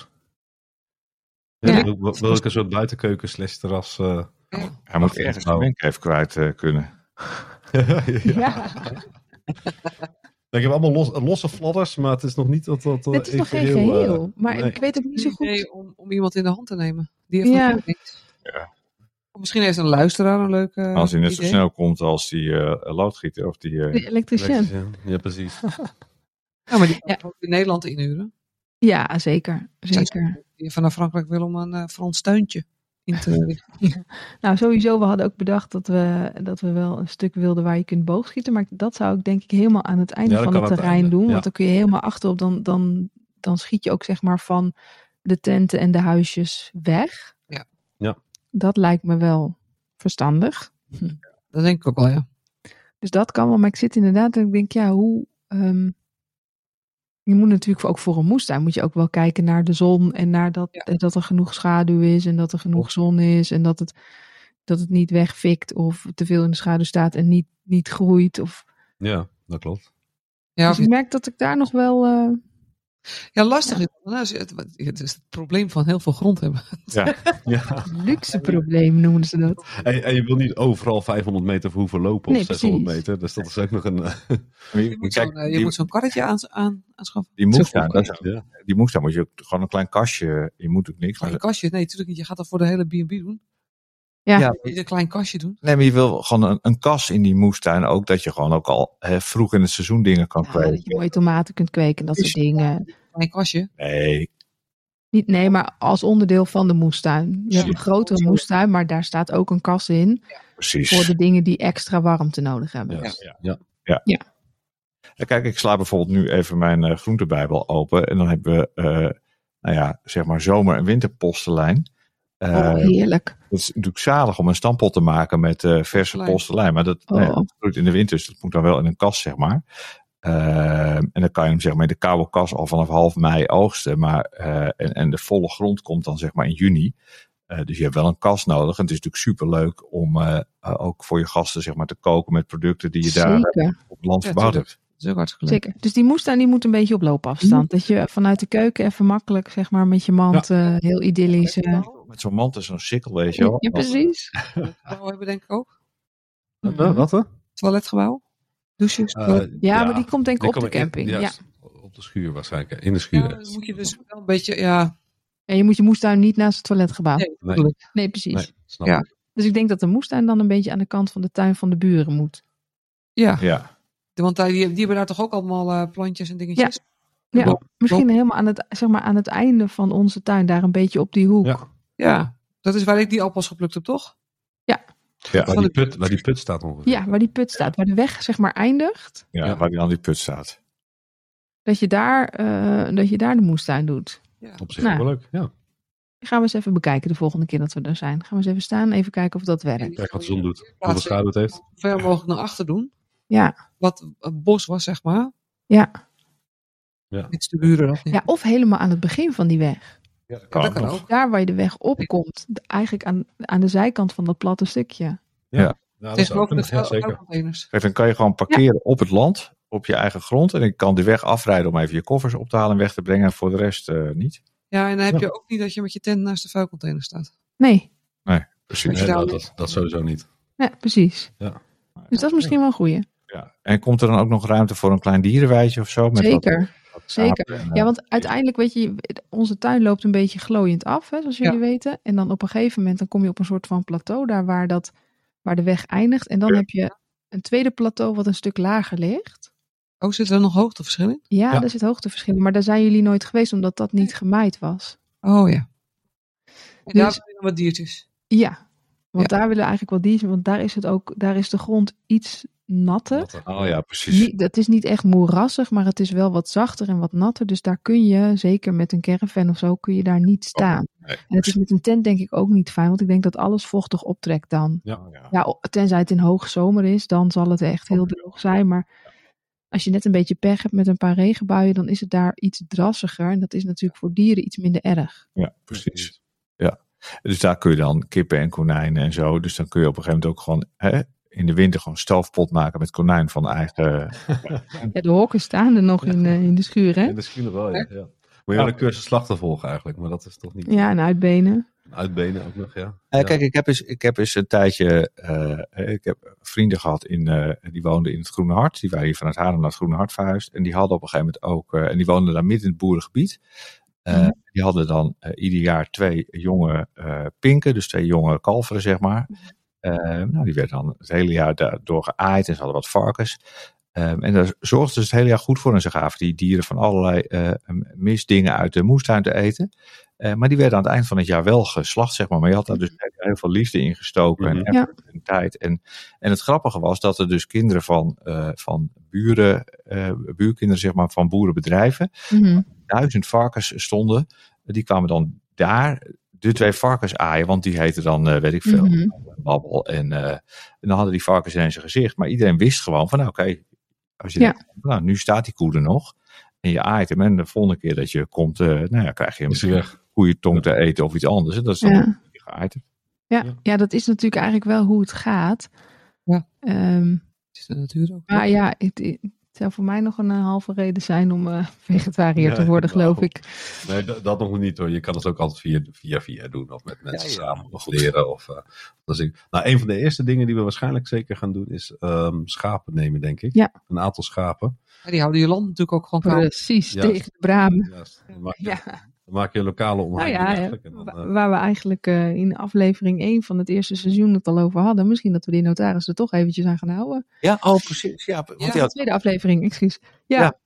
[SPEAKER 2] Ja.
[SPEAKER 4] Ja, wil- wil- Wil ik een soort buitenkeuken slash terras... eh,
[SPEAKER 3] Ja.
[SPEAKER 1] Hij moet
[SPEAKER 4] Ach,
[SPEAKER 1] ergens zijn
[SPEAKER 4] nou.
[SPEAKER 1] wenk even kwijt eh, kunnen.
[SPEAKER 4] ja.
[SPEAKER 2] Ja.
[SPEAKER 4] Ik heb allemaal los- losse fladders, maar het is nog niet dat dat... eh,
[SPEAKER 2] Het is nog geen
[SPEAKER 4] eh,
[SPEAKER 2] geheel, maar
[SPEAKER 4] nee.
[SPEAKER 2] ik weet ook niet zo goed.
[SPEAKER 3] idee om, om iemand in de hand te nemen. Die heeft
[SPEAKER 2] Ja.
[SPEAKER 3] nog niks.
[SPEAKER 1] Ja.
[SPEAKER 3] Of Misschien heeft een luisteraar een leuke
[SPEAKER 1] Als hij net zo
[SPEAKER 3] idee.
[SPEAKER 1] snel komt als die eh, loodgieter of die... eh,
[SPEAKER 2] De elektricien.
[SPEAKER 4] Ja, precies.
[SPEAKER 3] Ja, maar die kan
[SPEAKER 2] Ja.
[SPEAKER 3] ook in Nederland inhuren.
[SPEAKER 2] Ja, zeker. Zeker.
[SPEAKER 3] Die vanaf Frankrijk wil om een eh Frans tuintje in te richten.
[SPEAKER 2] Nou, sowieso, we hadden ook bedacht dat we, dat we wel een stuk wilden waar je kunt boogschieten. Maar dat zou ik denk ik helemaal aan het einde
[SPEAKER 4] Ja, dat
[SPEAKER 2] van
[SPEAKER 4] kan
[SPEAKER 2] het
[SPEAKER 4] aan het
[SPEAKER 2] terrein
[SPEAKER 4] einde,
[SPEAKER 2] doen.
[SPEAKER 4] ja.
[SPEAKER 2] Want dan kun je helemaal achterop, dan, dan, dan schiet je ook zeg maar van de tenten en de huisjes weg.
[SPEAKER 3] Ja.
[SPEAKER 4] Ja.
[SPEAKER 2] Dat lijkt me wel verstandig.
[SPEAKER 3] Dat denk ik ook wel, ja.
[SPEAKER 2] Dus dat kan wel. Maar ik zit inderdaad en ik denk, ja, hoe... ehm, je moet natuurlijk ook voor een moestuin moet je ook wel kijken naar de zon en naar dat,
[SPEAKER 3] Ja.
[SPEAKER 2] eh, dat er genoeg schaduw is en dat er genoeg zon is en dat het, dat het niet wegfikt of te veel in de schaduw staat en niet, niet groeit. Of,
[SPEAKER 4] Ja, dat klopt.
[SPEAKER 3] Ja,
[SPEAKER 2] dus ik merk dat ik daar nog wel... eh,
[SPEAKER 3] ja lastig is dat, hè. Als je- het. Het is het probleem van heel veel grond hebben.
[SPEAKER 4] Ja.
[SPEAKER 2] luxe probleem noemen ze dat.
[SPEAKER 4] En, en je wil niet overal 500 meter voor hoeven lopen of
[SPEAKER 2] Nee,
[SPEAKER 4] 600
[SPEAKER 2] precies.
[SPEAKER 4] meter. Dus dat is ook nog een... eh,
[SPEAKER 3] Je moet
[SPEAKER 1] kijk,
[SPEAKER 3] zo'n eh, je
[SPEAKER 1] die-
[SPEAKER 3] moet zo'n karretje aan, aan, aanschaffen.
[SPEAKER 1] Die moestuin, dat is-
[SPEAKER 4] ja.
[SPEAKER 1] die moestuin moet je ook gewoon een klein kastje, je moet ook niks.
[SPEAKER 3] Gewoon
[SPEAKER 1] maar-
[SPEAKER 3] een kastje. Nee, natuurlijk niet. Je gaat dat voor de hele B&B doen.
[SPEAKER 2] Ja.
[SPEAKER 1] Ja,
[SPEAKER 3] Niet een klein kastje doen.
[SPEAKER 1] Nee, maar je wil gewoon een, een kas in die moestuin ook. Dat je gewoon ook al hè, vroeg in het seizoen dingen kan
[SPEAKER 2] Ja, dat je
[SPEAKER 1] kweken.
[SPEAKER 2] mooie tomaten kunt kweken en dat soort dingen.
[SPEAKER 3] Een klein kastje.
[SPEAKER 1] Nee,
[SPEAKER 2] Niet, nee, maar als onderdeel van de moestuin. Je hebt een grotere moestuin, maar daar staat ook een kas in
[SPEAKER 1] precies.
[SPEAKER 2] voor de dingen die extra warmte nodig hebben.
[SPEAKER 4] Ja.
[SPEAKER 3] Ja.
[SPEAKER 4] Ja.
[SPEAKER 1] Ja.
[SPEAKER 2] Ja.
[SPEAKER 1] En Kijk, ik sla bijvoorbeeld nu even mijn eh, groentebijbel open. En dan hebben we, eh, nou ja, zeg maar zomer- en winterpostelijn. Eh,
[SPEAKER 2] Oh, heerlijk.
[SPEAKER 1] het is natuurlijk zalig om een stampot te maken met eh, verse
[SPEAKER 3] Lijn.
[SPEAKER 1] postelijn. Maar dat,
[SPEAKER 2] Oh.
[SPEAKER 1] nou ja, dat groeit in de winter, dus dat moet dan wel in een kas, zeg maar. Ehm, en dan kan je hem zeg maar in de koude kas al vanaf half mei oogsten. Maar, eh, en, en de volle grond komt dan zeg maar in juni. Eh, dus je hebt wel een kas nodig. En het is natuurlijk superleuk om eh, eh, ook voor je gasten zeg maar, te koken met producten die je daar
[SPEAKER 2] Zeker,
[SPEAKER 1] op het land
[SPEAKER 3] Ja,
[SPEAKER 1] verbouwd
[SPEAKER 3] tuurlijk.
[SPEAKER 1] hebt.
[SPEAKER 3] Dat is ook hartstikke leuk.
[SPEAKER 2] zeker. Dus die moestuin die moet een beetje op
[SPEAKER 1] Mhm.
[SPEAKER 2] loopafstand. Dat je vanuit de keuken even makkelijk, zeg maar, met je mand eh, heel idyllisch. eh,
[SPEAKER 1] Met zo'n mand en zo'n sikkel, weet je
[SPEAKER 2] ja,
[SPEAKER 1] wel.
[SPEAKER 2] precies.
[SPEAKER 3] Gebouw hebben denk ik ook.
[SPEAKER 4] Eh, Wat, hè?
[SPEAKER 3] Toiletgebouw. Douches.
[SPEAKER 4] Eh,
[SPEAKER 3] toilet-
[SPEAKER 2] Ja, maar die komt denk ik
[SPEAKER 4] die
[SPEAKER 2] op de
[SPEAKER 4] komen in-
[SPEAKER 2] camping. ja.
[SPEAKER 4] juist, Op de schuur waarschijnlijk. In
[SPEAKER 3] ja,
[SPEAKER 4] de schuur.
[SPEAKER 3] maar dan moet je dus wel een beetje, ja.
[SPEAKER 2] En je moet je moestuin niet naast het toiletgebouw. Nee,
[SPEAKER 3] Nee,
[SPEAKER 4] Nee.
[SPEAKER 3] natuurlijk.
[SPEAKER 2] precies.
[SPEAKER 4] Nee, snap
[SPEAKER 3] Ja.
[SPEAKER 4] ik.
[SPEAKER 2] Dus ik denk dat de moestuin dan een beetje aan de kant van de tuin van de buren moet.
[SPEAKER 3] Ja,
[SPEAKER 1] Ja,
[SPEAKER 3] want daar- die, die hebben daar toch ook allemaal eh, plantjes en dingetjes.
[SPEAKER 2] Ja,
[SPEAKER 3] Klopt.
[SPEAKER 2] misschien helemaal aan het, zeg maar, aan het einde van onze tuin, daar een beetje op die hoek.
[SPEAKER 4] Ja.
[SPEAKER 3] Ja, dat is waar ik die appels geplukt heb, toch?
[SPEAKER 1] ja,
[SPEAKER 4] Waar,
[SPEAKER 1] ja,
[SPEAKER 4] die put, waar die put staat ongeveer.
[SPEAKER 2] Ja, waar die put staat, waar de weg zeg maar eindigt.
[SPEAKER 4] Ja.
[SPEAKER 1] waar die aan die put staat.
[SPEAKER 2] Dat je daar, eh, dat je daar de moestuin doet.
[SPEAKER 3] Ja.
[SPEAKER 4] Op zich
[SPEAKER 2] Nou.
[SPEAKER 4] wel leuk. Ja.
[SPEAKER 2] Die gaan we eens even bekijken de volgende keer dat we er zijn. Gaan we eens even staan, even kijken of dat werkt.
[SPEAKER 4] Kijk wat de zon doet. Hoeveel schaduw het heeft.
[SPEAKER 3] Zo ver mogelijk naar achter doen.
[SPEAKER 2] Ja.
[SPEAKER 3] Wat een bos was, zeg maar.
[SPEAKER 2] Ja.
[SPEAKER 4] Ja.
[SPEAKER 3] Dit is de buren dat niet.
[SPEAKER 2] Ja, of helemaal aan het begin van die weg.
[SPEAKER 1] Ja, dat
[SPEAKER 3] dat kan ook.
[SPEAKER 2] Daar waar je de weg opkomt, d- eigenlijk aan, aan de zijkant van dat platte stukje.
[SPEAKER 4] Ja, dat zou
[SPEAKER 3] Tegenover de
[SPEAKER 4] kunnen. Ja, zeker.
[SPEAKER 3] vuilcontainers.
[SPEAKER 1] Kijk, dan kan je gewoon parkeren op het land, op je eigen grond. En ik kan die weg afrijden om even je koffers op te halen en weg te brengen. En voor de rest eh, niet.
[SPEAKER 3] Ja, en dan heb
[SPEAKER 4] Ja.
[SPEAKER 3] je ook niet dat je met je tent naast de vuilcontainer staat.
[SPEAKER 2] Nee,
[SPEAKER 1] Precies.
[SPEAKER 4] Nee,
[SPEAKER 3] daar-
[SPEAKER 4] nou, dat, dat sowieso niet.
[SPEAKER 2] ja, precies.
[SPEAKER 4] Ja.
[SPEAKER 2] Dus dat is misschien wel een goeie.
[SPEAKER 1] Ja. En komt er dan ook nog ruimte voor een klein dierenwijtje of zo? Met wat-
[SPEAKER 2] Zeker.
[SPEAKER 1] wat
[SPEAKER 2] Zeker.
[SPEAKER 1] apen en, eh,
[SPEAKER 2] Ja, want uiteindelijk weet je, onze tuin loopt een beetje glooiend af, hè, zoals jullie weten. En dan op een gegeven moment dan kom je op een soort van plateau daar waar, dat, waar de weg eindigt. En dan
[SPEAKER 1] Ja.
[SPEAKER 2] heb je een tweede plateau wat een stuk lager ligt.
[SPEAKER 3] Oh, zit er nog hoogteverschil in?
[SPEAKER 2] Ja,
[SPEAKER 4] Ja.
[SPEAKER 2] daar zit hoogteverschil in. Maar daar zijn jullie nooit geweest omdat dat niet gemaaid was.
[SPEAKER 3] Oh ja. En daar
[SPEAKER 2] Dus-
[SPEAKER 3] zijn nog wat diertjes.
[SPEAKER 2] Ja, want daar willen eigenlijk wel die want daar is het ook, daar is de grond iets natter.
[SPEAKER 4] Wat er-
[SPEAKER 1] Oh ja, precies.
[SPEAKER 2] Niet, dat is niet echt moerassig, maar het is wel wat zachter en wat natter. Dus daar kun je, zeker met een caravan of zo, kun je daar niet staan.
[SPEAKER 1] nee.
[SPEAKER 2] En het is met een tent denk ik ook niet fijn, want ik denk dat alles vochtig optrekt dan.
[SPEAKER 1] Oh, ja.
[SPEAKER 2] Ja, o- tenzij het in hoogzomer is, dan zal het echt heel droog zijn. Maar als je net een beetje pech hebt met een paar regenbuien, dan is het daar iets drassiger. En dat is natuurlijk voor dieren iets minder erg.
[SPEAKER 1] Ja, precies. Dus daar kun je dan kippen en konijnen en zo. Dus dan kun je op een gegeven moment ook gewoon hè, in de winter gewoon stalfpot maken met konijn van eigen.
[SPEAKER 2] Ja, de hokken staan er nog in, eh, in de schuur, hè?
[SPEAKER 4] In de schuur wel, ja. ja. Moet je wel een cursus slachten volgen eigenlijk. Maar dat is toch niet...
[SPEAKER 2] Ja, en uitbenen.
[SPEAKER 4] Uitbenen ook nog, ja.
[SPEAKER 1] Eh,
[SPEAKER 4] Ja.
[SPEAKER 1] Kijk, ik heb eens, ik heb eens een tijdje. eh, ik heb vrienden gehad in, eh, die woonden in het Groene Hart. Die waren hier vanuit Haarlem naar het Groene Hart verhuisd. En die hadden op een gegeven moment ook. eh, en die woonden daar midden in het boerengebied. Eh,
[SPEAKER 2] Mhm.
[SPEAKER 1] Die hadden dan eh, ieder jaar twee jonge eh, pinken, dus twee jonge kalveren, zeg maar. Eh, nou, die werden dan het hele jaar daardoor geaaid en ze hadden wat varkens. Ehm, en daar zorgden ze het hele jaar goed voor. En ze gaven die dieren van allerlei eh, misdingen uit de moestuin te eten. Eh, maar die werden aan het eind van het jaar wel geslacht, zeg maar. Maar je had daar dus heel veel liefde in gestoken
[SPEAKER 4] Mhm.
[SPEAKER 1] en, effort en tijd. En, en het grappige was dat er dus kinderen van, eh, van buren, eh, buurkinderen, zeg maar, van boerenbedrijven
[SPEAKER 2] Mhm.
[SPEAKER 1] duizend varkens stonden. Die kwamen dan daar de twee varkens aaien, want die heten dan, eh, weet ik veel,
[SPEAKER 2] Mhm.
[SPEAKER 1] babbel. En, eh, en dan hadden die varkens in zijn gezicht. Maar iedereen wist gewoon van, nou, oké, als je
[SPEAKER 2] Ja.
[SPEAKER 1] denkt, nou, nu staat die koe er nog. En je aait hem en de volgende keer dat je komt, eh, nou ja, krijg je hem
[SPEAKER 4] Is hij weg.
[SPEAKER 1] goede tong te eten of iets anders. En dat is dan
[SPEAKER 2] Ja.
[SPEAKER 1] die geaaid hebt.
[SPEAKER 2] Ja,
[SPEAKER 4] Ja.
[SPEAKER 2] ja, dat is natuurlijk eigenlijk wel hoe het gaat.
[SPEAKER 3] Ja.
[SPEAKER 2] Ehm,
[SPEAKER 3] Het is de natuur ook.
[SPEAKER 2] maar ja, het, het zou voor mij nog een eh, halve reden zijn om eh, vegetariër te
[SPEAKER 4] Ja,
[SPEAKER 2] worden,
[SPEAKER 4] nou,
[SPEAKER 2] geloof
[SPEAKER 4] goed.
[SPEAKER 2] ik.
[SPEAKER 4] Nee, dat, dat nog niet hoor. Je kan het ook altijd via via, via doen. Of met mensen
[SPEAKER 1] Ja, ja.
[SPEAKER 4] samen of leren. Of, eh, dus ik, nou, een van de eerste dingen die we waarschijnlijk zeker gaan doen is ehm, schapen nemen, denk ik.
[SPEAKER 2] Ja.
[SPEAKER 4] Een aantal schapen.
[SPEAKER 3] Ja, die houden je land natuurlijk ook gewoon koud.
[SPEAKER 2] Precies,
[SPEAKER 4] Ja.
[SPEAKER 2] tegen de braam.
[SPEAKER 4] Juist. Dan maak je,
[SPEAKER 2] Ja,
[SPEAKER 4] dan maak je een lokale
[SPEAKER 2] nou
[SPEAKER 4] omgeving
[SPEAKER 2] ja,
[SPEAKER 4] eigenlijk. En dan,
[SPEAKER 2] wa-
[SPEAKER 4] eh,
[SPEAKER 2] waar we eigenlijk eh, in aflevering 1 van het eerste seizoen het al over hadden. Misschien dat we die notaris er toch eventjes aan gaan houden.
[SPEAKER 1] Ja, oh, precies. Ja, want
[SPEAKER 3] Ja.
[SPEAKER 1] die had-
[SPEAKER 2] Tweede aflevering, excuus. Ja.
[SPEAKER 1] Ja.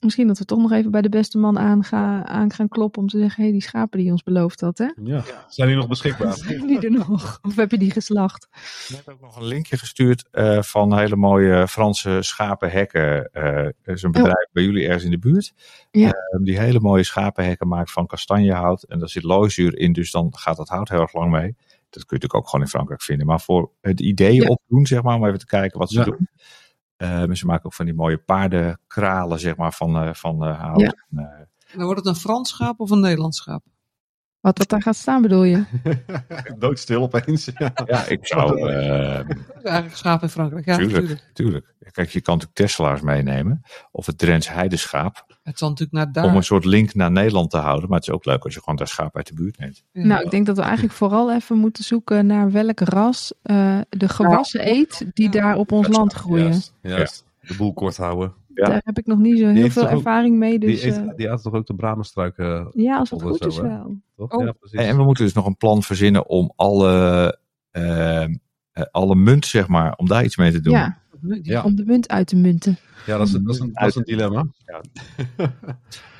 [SPEAKER 2] Misschien dat we toch nog even bij de beste man aan, ga- aan gaan kloppen om te zeggen, hé, hey, die schapen die je ons beloofd had, hè?
[SPEAKER 4] Ja. Zijn die nog beschikbaar?
[SPEAKER 2] Zijn die er nog? Of heb je die geslacht?
[SPEAKER 1] Ik heb ook nog een linkje gestuurd eh, van hele mooie Franse schapenhekken. Eh, er is een bedrijf bij jullie ergens in de buurt.
[SPEAKER 2] Oh. Ja.
[SPEAKER 1] eh, die hele mooie schapenhekken maakt van kastanjehout. En daar zit looizuur in, dus dan gaat dat hout heel erg lang mee. Dat kun je natuurlijk ook gewoon in Frankrijk vinden. Maar voor het idee
[SPEAKER 2] Ja.
[SPEAKER 1] opdoen, zeg maar, om even te kijken wat ze
[SPEAKER 4] Ja.
[SPEAKER 1] doen. Eh, ze maken ook van die mooie paardenkralen, zeg maar, van, eh, van eh, hout.
[SPEAKER 2] Ja.
[SPEAKER 1] En, eh,
[SPEAKER 3] En dan wordt het een Frans schaap of een Nederlands schaap?
[SPEAKER 2] Wat, wat daar gaat staan bedoel je?
[SPEAKER 4] Doodstil opeens. Ja.
[SPEAKER 1] ja, ik zou... eh,
[SPEAKER 3] Dat is eigenlijk schaap in Frankrijk. Ja,
[SPEAKER 1] Tuurlijk.
[SPEAKER 3] natuurlijk.
[SPEAKER 1] Tuurlijk. Kijk, je kan natuurlijk Tesla's meenemen. Of het Drents Heideschaap.
[SPEAKER 3] Het zal natuurlijk naar
[SPEAKER 1] Om
[SPEAKER 3] daar.
[SPEAKER 1] een soort link naar Nederland te houden. Maar het is ook leuk als je gewoon daar schaap uit de buurt neemt.
[SPEAKER 3] Ja.
[SPEAKER 2] Nou, ik denk dat we eigenlijk vooral even moeten zoeken naar welk ras eh, de gewassen eet die daar op ons land groeien.
[SPEAKER 4] Juist, juist. De boel kort houden.
[SPEAKER 1] Ja.
[SPEAKER 2] Daar heb ik nog niet zo heel
[SPEAKER 4] heeft
[SPEAKER 2] veel
[SPEAKER 4] toch ook-
[SPEAKER 2] ervaring mee, dus
[SPEAKER 4] die,
[SPEAKER 2] eh,
[SPEAKER 4] eet, die aten toch ook de bramenstruiken,
[SPEAKER 2] ja, als het
[SPEAKER 4] Of
[SPEAKER 2] goed
[SPEAKER 4] zo,
[SPEAKER 2] is
[SPEAKER 4] hè?
[SPEAKER 2] wel.
[SPEAKER 4] toch?
[SPEAKER 3] Oh.
[SPEAKER 4] Ja, precies.
[SPEAKER 1] En we moeten dus nog een plan verzinnen om alle, ehm, eh, alle munt, zeg maar, om daar iets mee te doen.
[SPEAKER 2] Ja,
[SPEAKER 4] Ja.
[SPEAKER 2] om de munt uit te munten.
[SPEAKER 4] Ja, dat is, dat is, een, dat is een dilemma.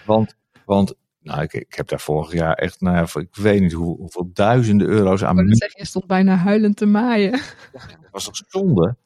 [SPEAKER 1] Want, want nou, ik, ik heb daar vorig jaar echt, nou, ja, voor- ik weet niet hoe, hoeveel duizenden euro's aan
[SPEAKER 2] Maar
[SPEAKER 1] munt.
[SPEAKER 2] je stond bijna huilend te maaien.
[SPEAKER 1] Dat was toch zonde?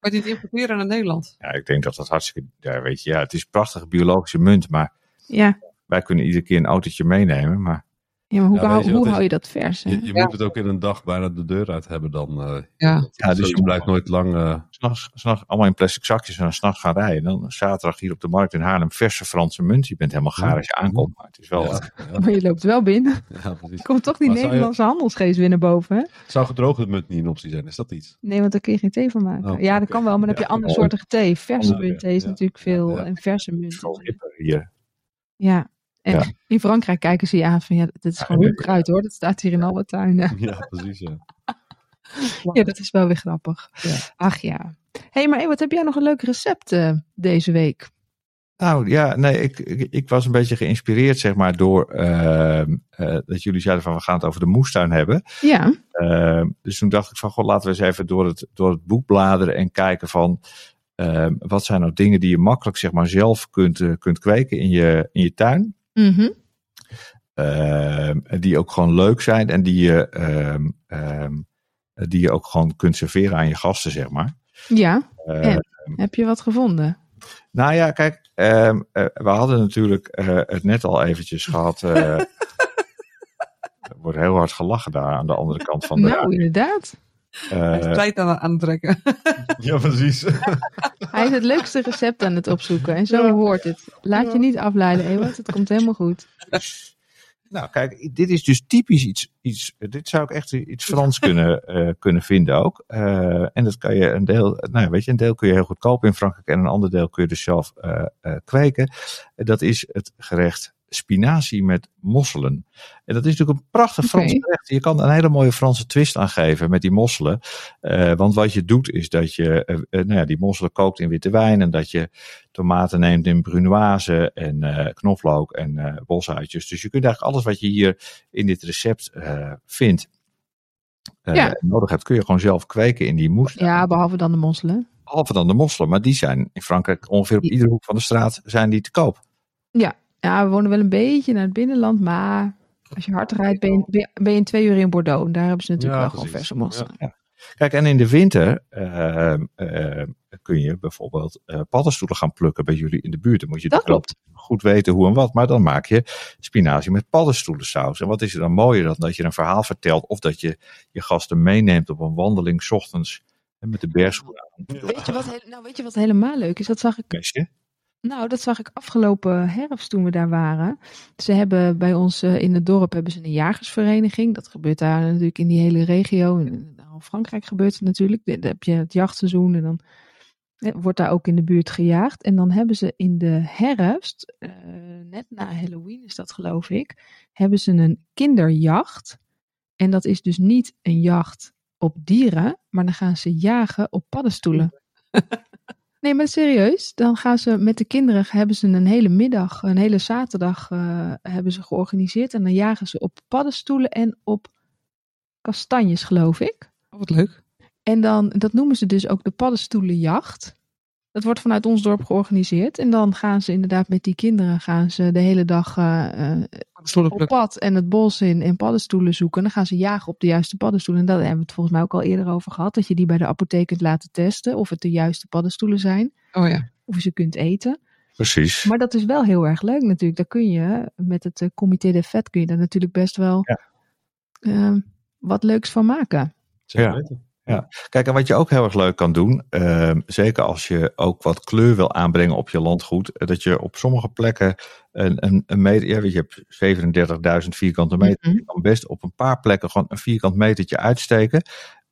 [SPEAKER 3] Maar die importeren naar Nederland.
[SPEAKER 1] Ja, ik denk dat dat hartstikke, ja, weet je, ja, het is prachtige biologische munt. Maar
[SPEAKER 2] Ja,
[SPEAKER 1] wij kunnen iedere keer een autootje meenemen. Maar
[SPEAKER 2] ja maar hoe,
[SPEAKER 4] Ja,
[SPEAKER 2] hou,
[SPEAKER 4] weet je wat
[SPEAKER 2] hoe
[SPEAKER 4] is-
[SPEAKER 2] hou je dat vers?
[SPEAKER 4] Je,
[SPEAKER 2] hè?
[SPEAKER 4] je moet het ook in een dag bijna de deur uit hebben dan. eh
[SPEAKER 3] Ja.
[SPEAKER 1] Ja, dus
[SPEAKER 4] dus
[SPEAKER 1] je
[SPEAKER 4] je
[SPEAKER 1] moet-
[SPEAKER 4] blijft nooit lang... eh,
[SPEAKER 1] s'nachts, s'nachts allemaal in plastic zakjes en dan s'nachts gaan rijden. Dan zaterdag hier op de markt in Haarlem verse Franse munt. Je bent helemaal gaar als je aankomt. Maar het is wel.
[SPEAKER 4] ja, ja,
[SPEAKER 2] Maar je loopt wel binnen.
[SPEAKER 4] ja, precies.
[SPEAKER 2] Er komt toch die
[SPEAKER 4] Maar zou je-
[SPEAKER 2] Nederlandse handelsgeest weer naar boven, hè?
[SPEAKER 4] Zou gedroogde munt niet een optie zijn? Is dat iets?
[SPEAKER 2] Nee, want daar kun je geen thee van maken.
[SPEAKER 4] Oh,
[SPEAKER 2] ja, dat
[SPEAKER 4] oké.
[SPEAKER 2] kan wel, maar dan heb je
[SPEAKER 4] Ja.
[SPEAKER 2] andere soorten thee. Verse
[SPEAKER 1] Andere,
[SPEAKER 2] muntthee is
[SPEAKER 4] ja.
[SPEAKER 2] natuurlijk veel
[SPEAKER 4] Ja.
[SPEAKER 2] en verse munt.
[SPEAKER 1] Zo hipper hier.
[SPEAKER 2] Ja. En
[SPEAKER 1] Ja.
[SPEAKER 2] in Frankrijk kijken ze je aan van ja, dit is
[SPEAKER 1] Ja,
[SPEAKER 2] gewoon
[SPEAKER 1] leuk,
[SPEAKER 2] onkruid hoor. Dat staat hier in alle tuinen.
[SPEAKER 4] Ja, precies. Ja.
[SPEAKER 2] Ja, dat is wel weer grappig.
[SPEAKER 3] Ja.
[SPEAKER 2] Ach ja. Hé, hey, maar hey, wat heb jij nog een leuk recept eh, deze week?
[SPEAKER 1] Nou ja, nee, ik, ik, ik was een beetje geïnspireerd, zeg maar, door ehm, eh, dat jullie zeiden van we gaan het over de moestuin hebben.
[SPEAKER 2] Ja,
[SPEAKER 1] Ehm, dus toen dacht ik van, god, laten we eens even door het, door het boek bladeren en kijken van ehm, wat zijn nou dingen die je makkelijk, zeg maar, zelf kunt, eh, kunt kweken in je, in je tuin.
[SPEAKER 2] Mhm.
[SPEAKER 1] Ehm, en die ook gewoon leuk zijn en die je, ehm, ehm, die je ook gewoon kunt serveren aan je gasten, zeg maar.
[SPEAKER 2] ja.
[SPEAKER 1] Eh,
[SPEAKER 2] En? Heb je wat gevonden?
[SPEAKER 1] Nou ja, kijk, ehm, eh, we hadden natuurlijk eh, het net al eventjes gehad. eh, er wordt heel hard gelachen daar aan de andere kant van de.
[SPEAKER 2] nou, inderdaad.
[SPEAKER 1] Eh,
[SPEAKER 3] Hij is tijd aan aan het trekken.
[SPEAKER 4] ja, precies.
[SPEAKER 2] Hij is het leukste recept aan het opzoeken. En zo hoort het. Laat je niet afleiden, Ewart. Het komt helemaal goed.
[SPEAKER 1] nou, kijk, dit is dus typisch iets. iets dit zou ik echt iets Frans kunnen, eh, kunnen vinden ook. Eh, en dat kan je een deel. Nou, ja, weet je, een deel kun je heel goed kopen in Frankrijk. En een ander deel kun je dus zelf eh, eh, kweken. En Dat is het gerecht spinazie met mosselen. En dat is natuurlijk een prachtig
[SPEAKER 2] Oké.
[SPEAKER 1] Frans gerecht. Je kan er een hele mooie Franse twist aan geven met die mosselen. Eh, want wat je doet is dat je eh, eh, nou ja, die mosselen kookt in witte wijn. En dat je tomaten neemt in brunoise en eh, knoflook en eh bosuitjes. Dus je kunt eigenlijk alles wat je hier in dit recept eh, vindt. eh,
[SPEAKER 2] Ja.
[SPEAKER 1] nodig hebt, kun je gewoon zelf kweken in die moestuin.
[SPEAKER 2] Ja, behalve dan de mosselen.
[SPEAKER 1] Behalve dan de mosselen, maar die zijn in Frankrijk ongeveer op iedere hoek van de straat zijn die te koop.
[SPEAKER 2] Ja, we wonen wel een beetje naar het binnenland, maar als je hard rijdt ben je, ben je- ben je in twee uur in Bordeaux. En daar hebben ze natuurlijk
[SPEAKER 4] Ja,
[SPEAKER 2] wel gewoon
[SPEAKER 4] precies.
[SPEAKER 2] verse mosselen.
[SPEAKER 1] Kijk, en in de winter ehm, ehm, kun je bijvoorbeeld eh, paddenstoelen gaan plukken bij jullie in de buurt. Dan moet je
[SPEAKER 2] Dat
[SPEAKER 1] natuurlijk
[SPEAKER 2] klopt.
[SPEAKER 1] wel goed weten hoe en wat. Maar dan maak je spinazie met paddenstoelensaus. En wat is er dan mooier dan dat je een verhaal vertelt of dat je je gasten meeneemt op een wandeling 's ochtends en met de bergschoenen aan.
[SPEAKER 2] Weet je, wat he- nou, weet je wat helemaal leuk is? Dat zag ik
[SPEAKER 1] Mesje.
[SPEAKER 2] Nou, dat zag ik afgelopen herfst toen we daar waren. Ze hebben bij ons eh, in het dorp hebben ze een jagersvereniging. Dat gebeurt daar natuurlijk in die hele regio. In, in heel Frankrijk gebeurt het natuurlijk. Dan heb je het jachtseizoen en dan eh, wordt daar ook in de buurt gejaagd. En dan hebben ze in de herfst, eh, net na Halloween is dat geloof ik, hebben ze een kinderjacht. En dat is dus niet een jacht op dieren, maar dan gaan ze jagen op paddenstoelen. Nee, maar serieus, dan gaan ze met de kinderen hebben ze een hele middag, een hele zaterdag eh, hebben ze georganiseerd. En dan jagen ze op paddenstoelen en op kastanjes, geloof ik.
[SPEAKER 3] Oh, wat leuk.
[SPEAKER 2] En dan, dat noemen ze dus ook de paddenstoelenjacht. Dat wordt vanuit ons dorp georganiseerd. En dan gaan ze inderdaad met die kinderen gaan ze de hele dag eh, eh, op pad en het bos in en paddenstoelen zoeken. En dan gaan ze jagen op de juiste paddenstoelen. En daar hebben we het volgens mij ook al eerder over gehad. Dat je die bij de apotheek kunt laten testen of het de juiste paddenstoelen zijn.
[SPEAKER 3] Oh ja.
[SPEAKER 2] Of je ze kunt eten.
[SPEAKER 1] Precies.
[SPEAKER 2] Maar dat is wel heel erg leuk natuurlijk. Daar kun je met het eh, comité de vet kun je daar natuurlijk best wel
[SPEAKER 1] Ja.
[SPEAKER 2] ehm, wat leuks van maken.
[SPEAKER 4] Zeker
[SPEAKER 1] Ja.
[SPEAKER 4] weten.
[SPEAKER 1] Kijk, en wat je ook heel erg leuk kan doen, ehm, zeker als je ook wat kleur wil aanbrengen op je landgoed, eh, dat je op sommige plekken een, een, een meter, ja, weet je, je hebt 37.000 vierkante meter,
[SPEAKER 2] Mhm.
[SPEAKER 1] je kan best op een paar plekken gewoon een vierkant metertje uitsteken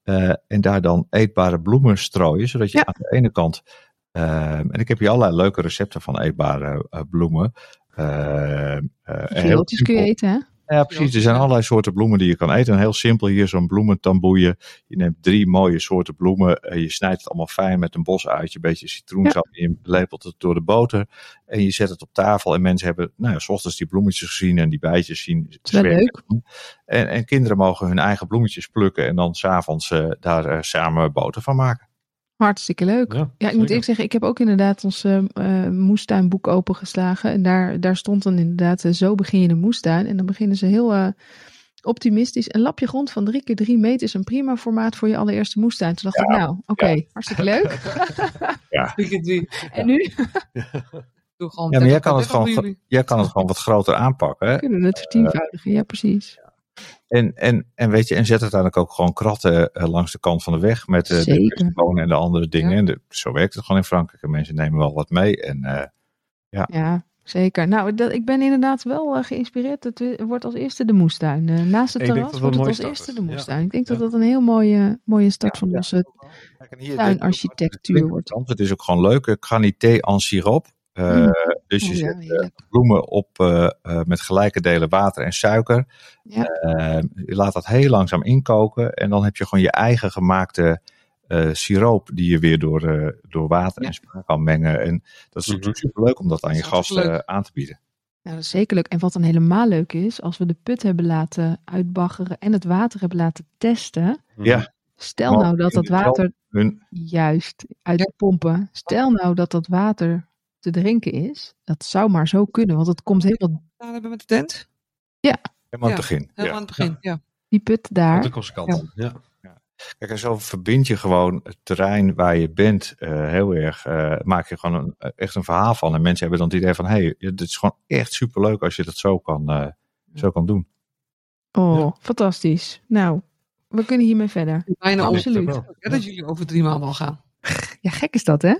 [SPEAKER 1] eh, en daar dan eetbare bloemen strooien, zodat je
[SPEAKER 2] Ja.
[SPEAKER 1] aan de ene kant, ehm, en ik heb hier allerlei leuke recepten van eetbare eh, bloemen. eh, eh, en heel
[SPEAKER 2] Viooltjes kun je
[SPEAKER 1] simpel.
[SPEAKER 2] eten, hè?
[SPEAKER 1] Ja, precies. Er zijn allerlei soorten bloemen die je kan eten. En heel simpel hier zo'n bloementamboeien. Je neemt drie mooie soorten bloemen. eh, Je snijdt het allemaal fijn met een bosuitje, een beetje citroensap in, lepelt het door de boter. En je zet het op tafel. En mensen hebben, nou ja, s ochtends die bloemetjes gezien en die bijtjes zien. Het
[SPEAKER 2] is wel leuk.
[SPEAKER 1] En, en kinderen mogen hun eigen bloemetjes plukken en dan s'avonds eh daar eh, samen boter van maken.
[SPEAKER 2] Hartstikke leuk.
[SPEAKER 4] Ja,
[SPEAKER 2] Ja, ik moet eerlijk zeggen, ik heb ook inderdaad ons eh, eh, moestuinboek opengeslagen. En daar, daar stond dan inderdaad, eh, zo begin je de moestuin. En dan beginnen ze heel eh, optimistisch. Een lapje grond van drie keer drie meter is een prima formaat voor je allereerste moestuin. Toen dacht ik, nou, oké, hartstikke leuk.
[SPEAKER 3] Weekend drie.
[SPEAKER 2] En nu
[SPEAKER 3] Doe gewoon
[SPEAKER 1] Ja, maar
[SPEAKER 3] 30
[SPEAKER 1] jij kan het
[SPEAKER 3] bij 30
[SPEAKER 1] gewoon
[SPEAKER 3] miljoen.
[SPEAKER 1] Jij kan het gewoon wat groter aanpakken. hè.
[SPEAKER 2] kunnen we het vertienvoudigen. Ja, precies.
[SPEAKER 1] En, en, en weet je, en zet uiteindelijk ook gewoon kratten eh, langs de kant van de weg met eh, de
[SPEAKER 2] Zeker.
[SPEAKER 1] kerstbonen en de andere dingen.
[SPEAKER 3] Ja.
[SPEAKER 1] En de- zo werkt het gewoon in Frankrijk. En mensen nemen wel wat mee. En eh,
[SPEAKER 2] Ja, zeker. Nou, dat, ik ben inderdaad wel eh, geïnspireerd. Het wi- wordt als eerste de moestuin. Eh, naast het
[SPEAKER 4] Ik denk
[SPEAKER 2] terras
[SPEAKER 4] dat dat
[SPEAKER 2] wordt het als
[SPEAKER 4] een mooie start
[SPEAKER 2] eerste
[SPEAKER 4] is.
[SPEAKER 2] de
[SPEAKER 4] Ja.
[SPEAKER 2] moestuin. Ik denk
[SPEAKER 4] Ja.
[SPEAKER 2] dat dat een heel mooie, mooie start van
[SPEAKER 1] ja.
[SPEAKER 2] onze...
[SPEAKER 1] Kijk, en hier
[SPEAKER 2] Tuin-
[SPEAKER 1] denk ik ook,
[SPEAKER 2] architectuur
[SPEAKER 1] het is
[SPEAKER 2] wordt.
[SPEAKER 1] interessant. Het is ook gewoon leuk. eh, Granité en siroop. Eh,
[SPEAKER 2] Mm.
[SPEAKER 1] Dus je
[SPEAKER 2] Oh ja,
[SPEAKER 1] zet eh,
[SPEAKER 2] heerlijk.
[SPEAKER 1] bloemen op eh, eh, met gelijke delen water en suiker.
[SPEAKER 2] Ja.
[SPEAKER 1] Eh, je laat dat heel langzaam inkoken. En dan heb je gewoon je eigen gemaakte eh, siroop die je weer door, eh, door water en smaak kan mengen. En dat is
[SPEAKER 4] Mhm.
[SPEAKER 1] natuurlijk superleuk om dat aan
[SPEAKER 3] Dat
[SPEAKER 1] je
[SPEAKER 3] is hartstikke
[SPEAKER 1] gasten
[SPEAKER 3] leuk.
[SPEAKER 1] eh, aan te bieden.
[SPEAKER 2] Nou, dat is zeker leuk. En wat dan helemaal leuk is, als we de put hebben laten uitbaggeren en het water hebben laten testen.
[SPEAKER 4] Mhm.
[SPEAKER 1] Ja.
[SPEAKER 2] Stel
[SPEAKER 4] Oh,
[SPEAKER 1] Nou,
[SPEAKER 2] nou dat dat
[SPEAKER 1] inderdaad.
[SPEAKER 2] water
[SPEAKER 1] Hun
[SPEAKER 2] juist uit
[SPEAKER 3] Ja.
[SPEAKER 2] de pompen. Stel nou dat dat water te drinken is. Dat zou maar zo kunnen, want het komt helemaal
[SPEAKER 3] Gedaan hebben met de tent.
[SPEAKER 1] Helemaal aan
[SPEAKER 3] Ja,
[SPEAKER 1] het begin.
[SPEAKER 3] Helemaal aan
[SPEAKER 1] Ja.
[SPEAKER 3] het begin. Ja.
[SPEAKER 2] die put
[SPEAKER 4] Op de
[SPEAKER 2] daar.
[SPEAKER 4] kostkant dan. Ja.
[SPEAKER 1] Kijk, en zo verbind je gewoon het terrein waar je bent eh, heel erg. eh, maak je gewoon een, eh, echt een verhaal van. En mensen hebben dan het idee van: hé, hey, dit is gewoon echt superleuk als je dat zo kan, eh, zo kan doen.
[SPEAKER 2] Oh, fantastisch. Nou, we kunnen hiermee verder.
[SPEAKER 3] Bijna
[SPEAKER 2] Nou,
[SPEAKER 3] om.
[SPEAKER 2] absoluut.
[SPEAKER 3] Ja, dat jullie over drie maanden al gaan.
[SPEAKER 2] Ja, gek is dat, hè?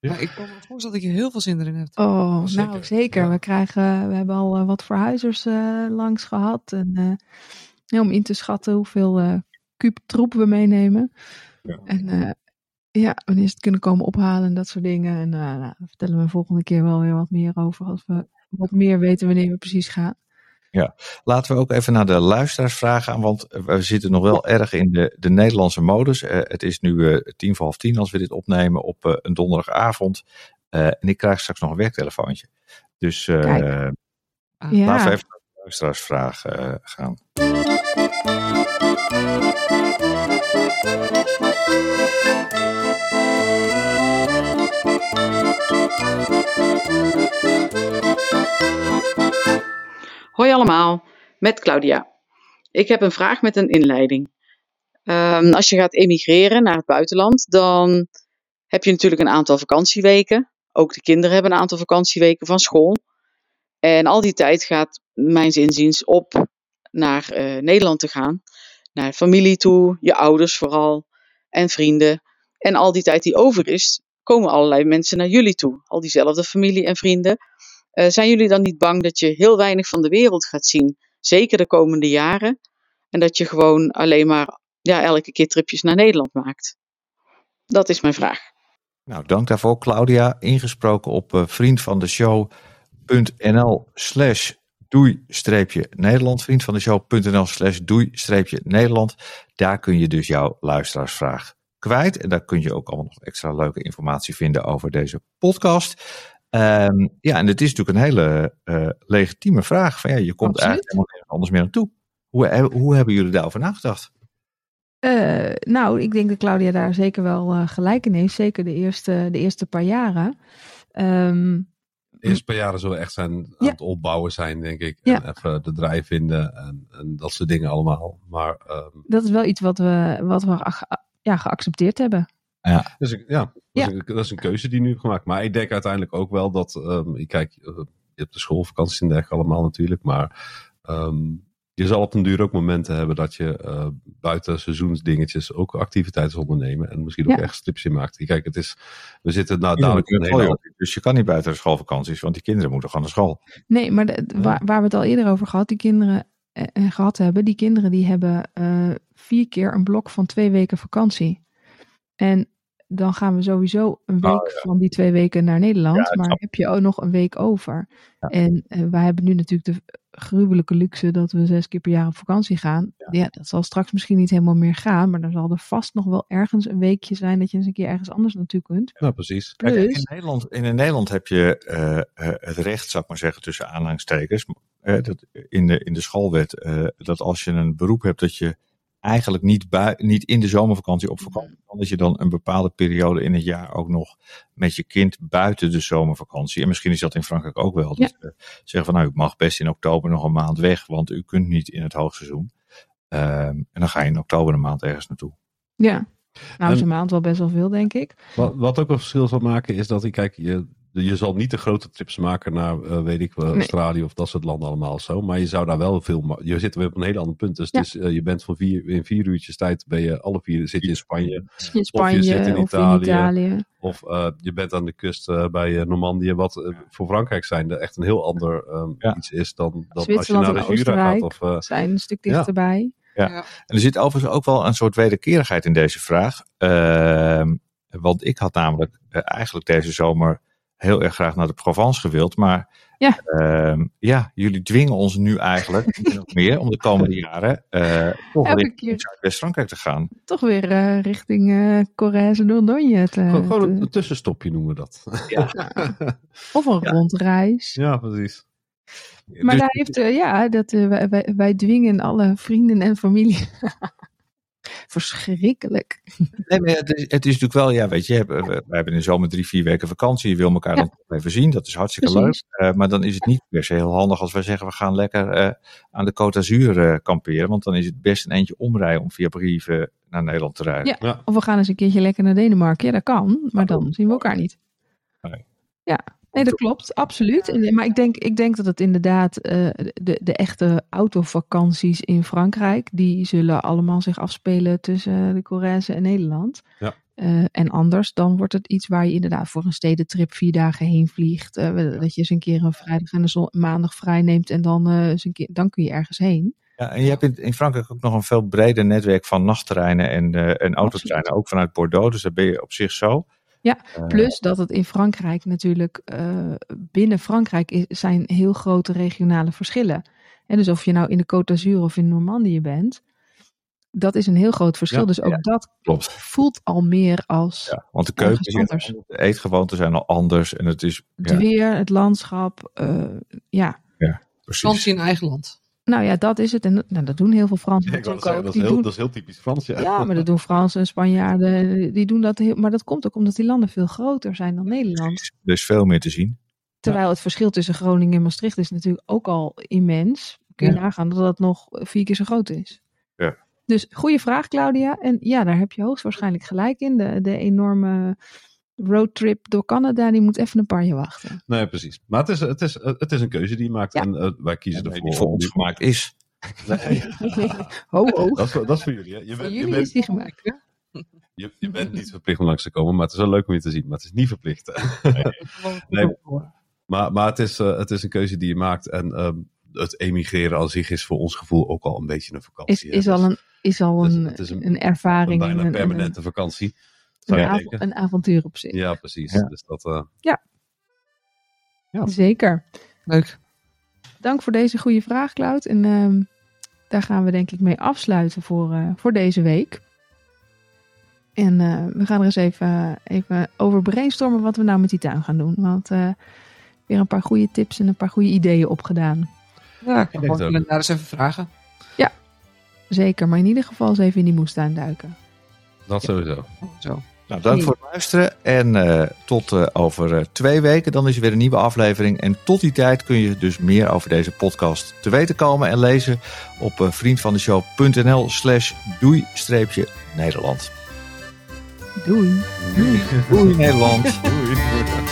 [SPEAKER 4] Ja.
[SPEAKER 3] Maar ik kan me voorstellen dat je heel veel zin erin hebt.
[SPEAKER 2] Oh,
[SPEAKER 4] Zeker,
[SPEAKER 2] nou zeker.
[SPEAKER 4] ja.
[SPEAKER 2] We, krijgen, we hebben al eh, wat verhuizers eh, langs gehad. En, eh, ja, om in te schatten hoeveel eh kuub troep we meenemen.
[SPEAKER 1] Ja.
[SPEAKER 2] En eh, ja, wanneer ze het kunnen komen ophalen en dat soort dingen. En eh, nou, daar vertellen we volgende keer wel weer wat meer over. Als we wat meer weten wanneer we precies gaan.
[SPEAKER 1] Laten we ook even naar de luisteraars vragen aan, want we zitten nog wel erg in de, de Nederlandse modus. Eh, het is nu eh tien voor half tien als we dit opnemen op eh, een donderdagavond. Eh, en ik krijg straks nog een werktelefoontje. Dus eh,
[SPEAKER 2] Kijk.
[SPEAKER 3] Ah,
[SPEAKER 1] laten we
[SPEAKER 2] Ja,
[SPEAKER 1] even naar de luisteraarsvraag eh, gaan.
[SPEAKER 5] Hoi allemaal, met Claudia. Ik heb een vraag met een inleiding. Ehm, als je gaat emigreren naar het buitenland, dan heb je natuurlijk een aantal vakantieweken. Ook de kinderen hebben een aantal vakantieweken van school. En al die tijd gaat mijns inziens op naar eh, Nederland te gaan. Naar familie toe, je ouders vooral en vrienden. En al die tijd die over is, komen allerlei mensen naar jullie toe. Al diezelfde familie en vrienden. Eh, zijn jullie dan niet bang dat je heel weinig van de wereld gaat zien? Zeker de komende jaren. En dat je gewoon alleen maar ja, elke keer tripjes naar Nederland maakt. Dat is mijn vraag.
[SPEAKER 1] Nou, dank daarvoor, Claudia. Ingesproken op eh, vriendvandeshow.nl slash doei-nederland. Vriendvandeshow.nl slash doei-nederland. Daar kun je dus jouw luisteraarsvraag kwijt. En daar kun je ook allemaal nog extra leuke informatie vinden over deze podcast. Ehm, ja, en het is natuurlijk een hele eh, legitieme vraag. Van, ja, je komt eh,
[SPEAKER 2] Absoluut.
[SPEAKER 1] eigenlijk helemaal nergens anders meer naartoe. Hoe, hoe hebben jullie daarover nagedacht?
[SPEAKER 2] Eh, nou, ik denk dat Claudia daar zeker wel eh, gelijk in heeft. Zeker de eerste, de eerste paar jaren. Ehm,
[SPEAKER 4] Eerst per jaren zullen we echt zijn, aan
[SPEAKER 2] Ja.
[SPEAKER 4] het opbouwen zijn, denk ik.
[SPEAKER 2] Ja.
[SPEAKER 4] En even de draai vinden en, en dat soort dingen allemaal. Maar, ehm,
[SPEAKER 2] dat is wel iets wat we, wat we ge- ja, geaccepteerd hebben.
[SPEAKER 4] dus ik, ja, dat,
[SPEAKER 2] Ja.
[SPEAKER 4] Is een, dat is een keuze die nu heb gemaakt. Maar ik denk uiteindelijk ook wel dat, ehm kijk, eh, je hebt de schoolvakanties en dergelijke allemaal natuurlijk. Maar ehm, je zal op den duur ook momenten hebben dat je eh, buiten seizoensdingetjes ook activiteiten ondernemen. En misschien ook
[SPEAKER 2] Ja.
[SPEAKER 4] echt strips in maakt. Kijk, het is, we zitten nou
[SPEAKER 1] Ja,
[SPEAKER 4] dadelijk in een
[SPEAKER 1] natuurlijk,
[SPEAKER 4] hele
[SPEAKER 1] hoi, Dus je kan niet buiten de schoolvakanties, want die kinderen moeten gewoon naar school.
[SPEAKER 2] Nee, maar de-
[SPEAKER 1] Oh.
[SPEAKER 2] waar, waar we het al eerder over gehad, die kinderen eh, eh, gehad hebben, die kinderen die hebben eh, vier keer een blok van twee weken vakantie. En dan gaan we sowieso een week
[SPEAKER 1] Nou,
[SPEAKER 2] van die twee weken naar Nederland,
[SPEAKER 1] Ja, ik
[SPEAKER 2] maar
[SPEAKER 1] snap.
[SPEAKER 2] heb je ook nog een week over.
[SPEAKER 1] Ja.
[SPEAKER 2] En eh, wij hebben nu natuurlijk de gruwelijke luxe dat we zes keer per jaar op vakantie gaan. Ja. dat zal straks misschien niet helemaal meer gaan, maar dan zal er vast nog wel ergens een weekje zijn dat je eens een keer ergens anders naartoe kunt.
[SPEAKER 4] Nou, precies.
[SPEAKER 1] Kijk,
[SPEAKER 2] Plus,
[SPEAKER 1] in, Nederland, in Nederland heb je eh, eh, het recht, zou ik maar zeggen, tussen aanhalingstekens. eh, dat in, de, in de schoolwet, eh, dat als je een beroep hebt dat je eigenlijk niet, bui- niet in de zomervakantie op vakantie kan. Dat je dan een bepaalde periode in het jaar ook nog met je kind buiten de zomervakantie. En misschien is dat in Frankrijk ook wel. Dat ze zeggen van nou, u mag best in oktober nog een maand weg, want u kunt niet in het hoogseizoen. Ehm, en dan ga je in oktober een maand ergens naartoe.
[SPEAKER 2] ja, nou is
[SPEAKER 4] En-
[SPEAKER 2] een maand wel best wel veel, denk ik.
[SPEAKER 4] Wat, wat ook een verschil zal maken is dat, ik kijk, je, je zal niet de grote trips maken naar, eh, weet ik, wel,
[SPEAKER 2] Nee.
[SPEAKER 4] Australië of dat soort landen allemaal zo. Maar je zou daar wel veel, ma- je zit weer op een heel ander punt. Dus,
[SPEAKER 2] Ja.
[SPEAKER 4] dus eh, je bent van vier, in vier uurtjes tijd, ben je alle vier, zit je in Spanje.
[SPEAKER 2] in
[SPEAKER 4] Spanje
[SPEAKER 2] Spanje
[SPEAKER 4] zit in
[SPEAKER 2] of in
[SPEAKER 4] Italië.
[SPEAKER 2] Italië.
[SPEAKER 4] Of eh, je bent aan de kust eh, bij eh, Normandië, wat eh, voor Frankrijk zijnde echt een heel ander ehm,
[SPEAKER 1] Ja.
[SPEAKER 4] iets is dan, dan als je
[SPEAKER 2] Zwitserland
[SPEAKER 4] naar
[SPEAKER 2] en
[SPEAKER 4] de Jura
[SPEAKER 2] Oostenrijk.
[SPEAKER 4] gaat. Of, eh,
[SPEAKER 2] Zijn een stuk
[SPEAKER 4] Ja.
[SPEAKER 2] dichterbij.
[SPEAKER 1] En er zit overigens ook wel een soort wederkerigheid in deze vraag. Ehm, want ik had namelijk eh, eigenlijk deze zomer heel erg graag naar de Provence gewild. Maar
[SPEAKER 2] Ja.
[SPEAKER 1] ehm, ja, jullie dwingen ons nu eigenlijk min of meer om de komende jaren eh toch
[SPEAKER 2] Elke
[SPEAKER 1] richting
[SPEAKER 2] keer.
[SPEAKER 1] Zuidwest-Frankrijk te gaan.
[SPEAKER 2] Toch weer eh, richting eh Corrèze en Dordogne. te-
[SPEAKER 4] gewoon- gewoon een,
[SPEAKER 2] te-
[SPEAKER 4] een tussenstopje noemen we dat.
[SPEAKER 2] of een rondreis.
[SPEAKER 4] ja, precies.
[SPEAKER 2] Maar
[SPEAKER 1] Dus-
[SPEAKER 2] daar heeft, eh, ja, dat, eh, wij, wij, wij dwingen alle vrienden en familie. Verschrikkelijk.
[SPEAKER 1] Nee, maar het, is, het is natuurlijk wel, ja, weet je, je hebt- eh, we, we hebben in de zomer drie, vier weken vakantie. Je wil elkaar
[SPEAKER 2] Ja.
[SPEAKER 1] dan toch even zien. Dat is hartstikke
[SPEAKER 2] Precies.
[SPEAKER 1] leuk. Eh, maar dan is het niet per se heel handig als wij zeggen, we gaan lekker eh, aan de Côte d'Azur eh, kamperen. Want dan is het best een eindje omrijden om via Brieven naar Nederland te rijden.
[SPEAKER 2] Ja. Of we gaan eens een keertje lekker naar Denemarken. Ja, dat kan. Maar dan zien we elkaar niet.
[SPEAKER 1] Nee.
[SPEAKER 2] Ja, nee, dat klopt. Absoluut. En- Maar ik denk, ik denk dat het inderdaad eh, de, de echte autovakanties in Frankrijk... die zullen allemaal zich afspelen tussen de Corrèze en Nederland.
[SPEAKER 4] Ja.
[SPEAKER 2] Eh, en anders, dan wordt het iets waar je inderdaad voor een stedentrip vier dagen heen vliegt. eh, dat je eens een keer een vrijdag en een zon- maandag vrij neemt en dan, eh, eens een keer, dan kun je ergens heen.
[SPEAKER 1] Ja, en je hebt in, in Frankrijk ook nog een veel breder netwerk van nachttreinen en, eh, en autotreinen. Ook vanuit Bordeaux, dus daar ben je op zich zo.
[SPEAKER 2] Ja,
[SPEAKER 1] Eh,
[SPEAKER 2] Plus dat het in Frankrijk natuurlijk, eh, binnen Frankrijk i- zijn heel grote regionale verschillen. En dus of je nou in de Côte d'Azur of in Normandië bent, dat is een heel groot verschil.
[SPEAKER 4] Ja,
[SPEAKER 2] dus ook dat
[SPEAKER 1] klopt.
[SPEAKER 2] voelt al meer als
[SPEAKER 1] Ja, want de
[SPEAKER 2] Ergens
[SPEAKER 1] keuken is heel
[SPEAKER 2] anders.
[SPEAKER 1] anders, de eetgewoonten zijn al anders. En het is,
[SPEAKER 2] het
[SPEAKER 1] ja,
[SPEAKER 2] weer, het landschap. eh, ja,
[SPEAKER 1] precies.
[SPEAKER 3] Vakantie in eigen land.
[SPEAKER 2] nou ja, dat is het. En dat- nou, dat doen heel veel Fransen
[SPEAKER 4] Ik wou
[SPEAKER 2] natuurlijk ook.
[SPEAKER 4] dat zeggen, dat, is
[SPEAKER 2] Die
[SPEAKER 4] heel,
[SPEAKER 2] doen-
[SPEAKER 4] dat is heel typisch Frans, ja.
[SPEAKER 2] Ja, maar dat doen Fransen en Spanjaarden. Die doen dat heel, maar dat komt ook omdat die landen veel groter zijn dan Nederland.
[SPEAKER 1] Er is veel meer te zien.
[SPEAKER 2] Terwijl het verschil tussen Groningen en Maastricht is natuurlijk ook al immens. Kun je nagaan dat dat nog vier keer zo groot is.
[SPEAKER 1] Ja.
[SPEAKER 2] Dus goede vraag, Claudia. En ja, daar heb je hoogstwaarschijnlijk gelijk in. De, de enorme roadtrip door Canada, die moet even een paar jaar wachten.
[SPEAKER 4] Nee, precies. Maar het is, het is, het is een keuze die je maakt.
[SPEAKER 2] Ja.
[SPEAKER 4] En eh, wij kiezen
[SPEAKER 1] Nee,
[SPEAKER 4] ervoor.
[SPEAKER 1] die voor
[SPEAKER 4] om
[SPEAKER 1] ons
[SPEAKER 4] die-
[SPEAKER 1] gemaakt is.
[SPEAKER 4] Nee,
[SPEAKER 2] ho, ho.
[SPEAKER 4] dat, is, voor- dat is voor jullie. Hè. Je,
[SPEAKER 2] Voor
[SPEAKER 4] bent, je,
[SPEAKER 2] jullie
[SPEAKER 4] bent,
[SPEAKER 2] is die gemaakt.
[SPEAKER 4] je, je bent niet verplicht om langs te komen, maar het is wel leuk om je te zien. Maar het is niet verplicht. Nee. Maar, maar het, is, eh, het is een keuze die je maakt. En ehm, het emigreren aan zich is voor ons gevoel ook al een beetje een vakantie.
[SPEAKER 2] Is,
[SPEAKER 4] hè.
[SPEAKER 2] is
[SPEAKER 4] Dat
[SPEAKER 2] al een, is al
[SPEAKER 4] dus het is-
[SPEAKER 2] een,
[SPEAKER 4] het is een-
[SPEAKER 2] een, ervaring.
[SPEAKER 4] een
[SPEAKER 2] en
[SPEAKER 4] bijna
[SPEAKER 2] een-
[SPEAKER 4] permanente vakantie.
[SPEAKER 2] Een,
[SPEAKER 4] Zou
[SPEAKER 2] een,
[SPEAKER 4] je
[SPEAKER 2] av-
[SPEAKER 4] denken?
[SPEAKER 2] een avontuur op zich.
[SPEAKER 4] Ja, precies.
[SPEAKER 1] Ja.
[SPEAKER 4] Dus dat, eh,
[SPEAKER 2] Zeker.
[SPEAKER 3] Leuk.
[SPEAKER 2] Dank voor deze goede vraag, Cloud. En ehm, daar gaan we denk ik mee afsluiten voor, eh, voor deze week. En eh, we gaan er eens even, even over brainstormen wat we nou met die tuin gaan doen. Want eh, weer een paar goede tips en een paar goede ideeën opgedaan.
[SPEAKER 3] Ja, ik kan
[SPEAKER 4] denk het
[SPEAKER 3] gewoon
[SPEAKER 4] ook.
[SPEAKER 3] daar eens even vragen.
[SPEAKER 2] Zeker, maar in ieder geval eens even in die moestuin duiken.
[SPEAKER 4] Dat sowieso.
[SPEAKER 3] Zo.
[SPEAKER 1] Nou, dank voor het luisteren. En eh, tot eh, over eh, twee weken. Dan is er weer een nieuwe aflevering. En tot die tijd kun je dus meer over deze podcast te weten komen. En lezen op eh, vriendvandeshow.nl slash doei-nederland.
[SPEAKER 2] Doei!
[SPEAKER 1] Doei Nederland.
[SPEAKER 4] Doei.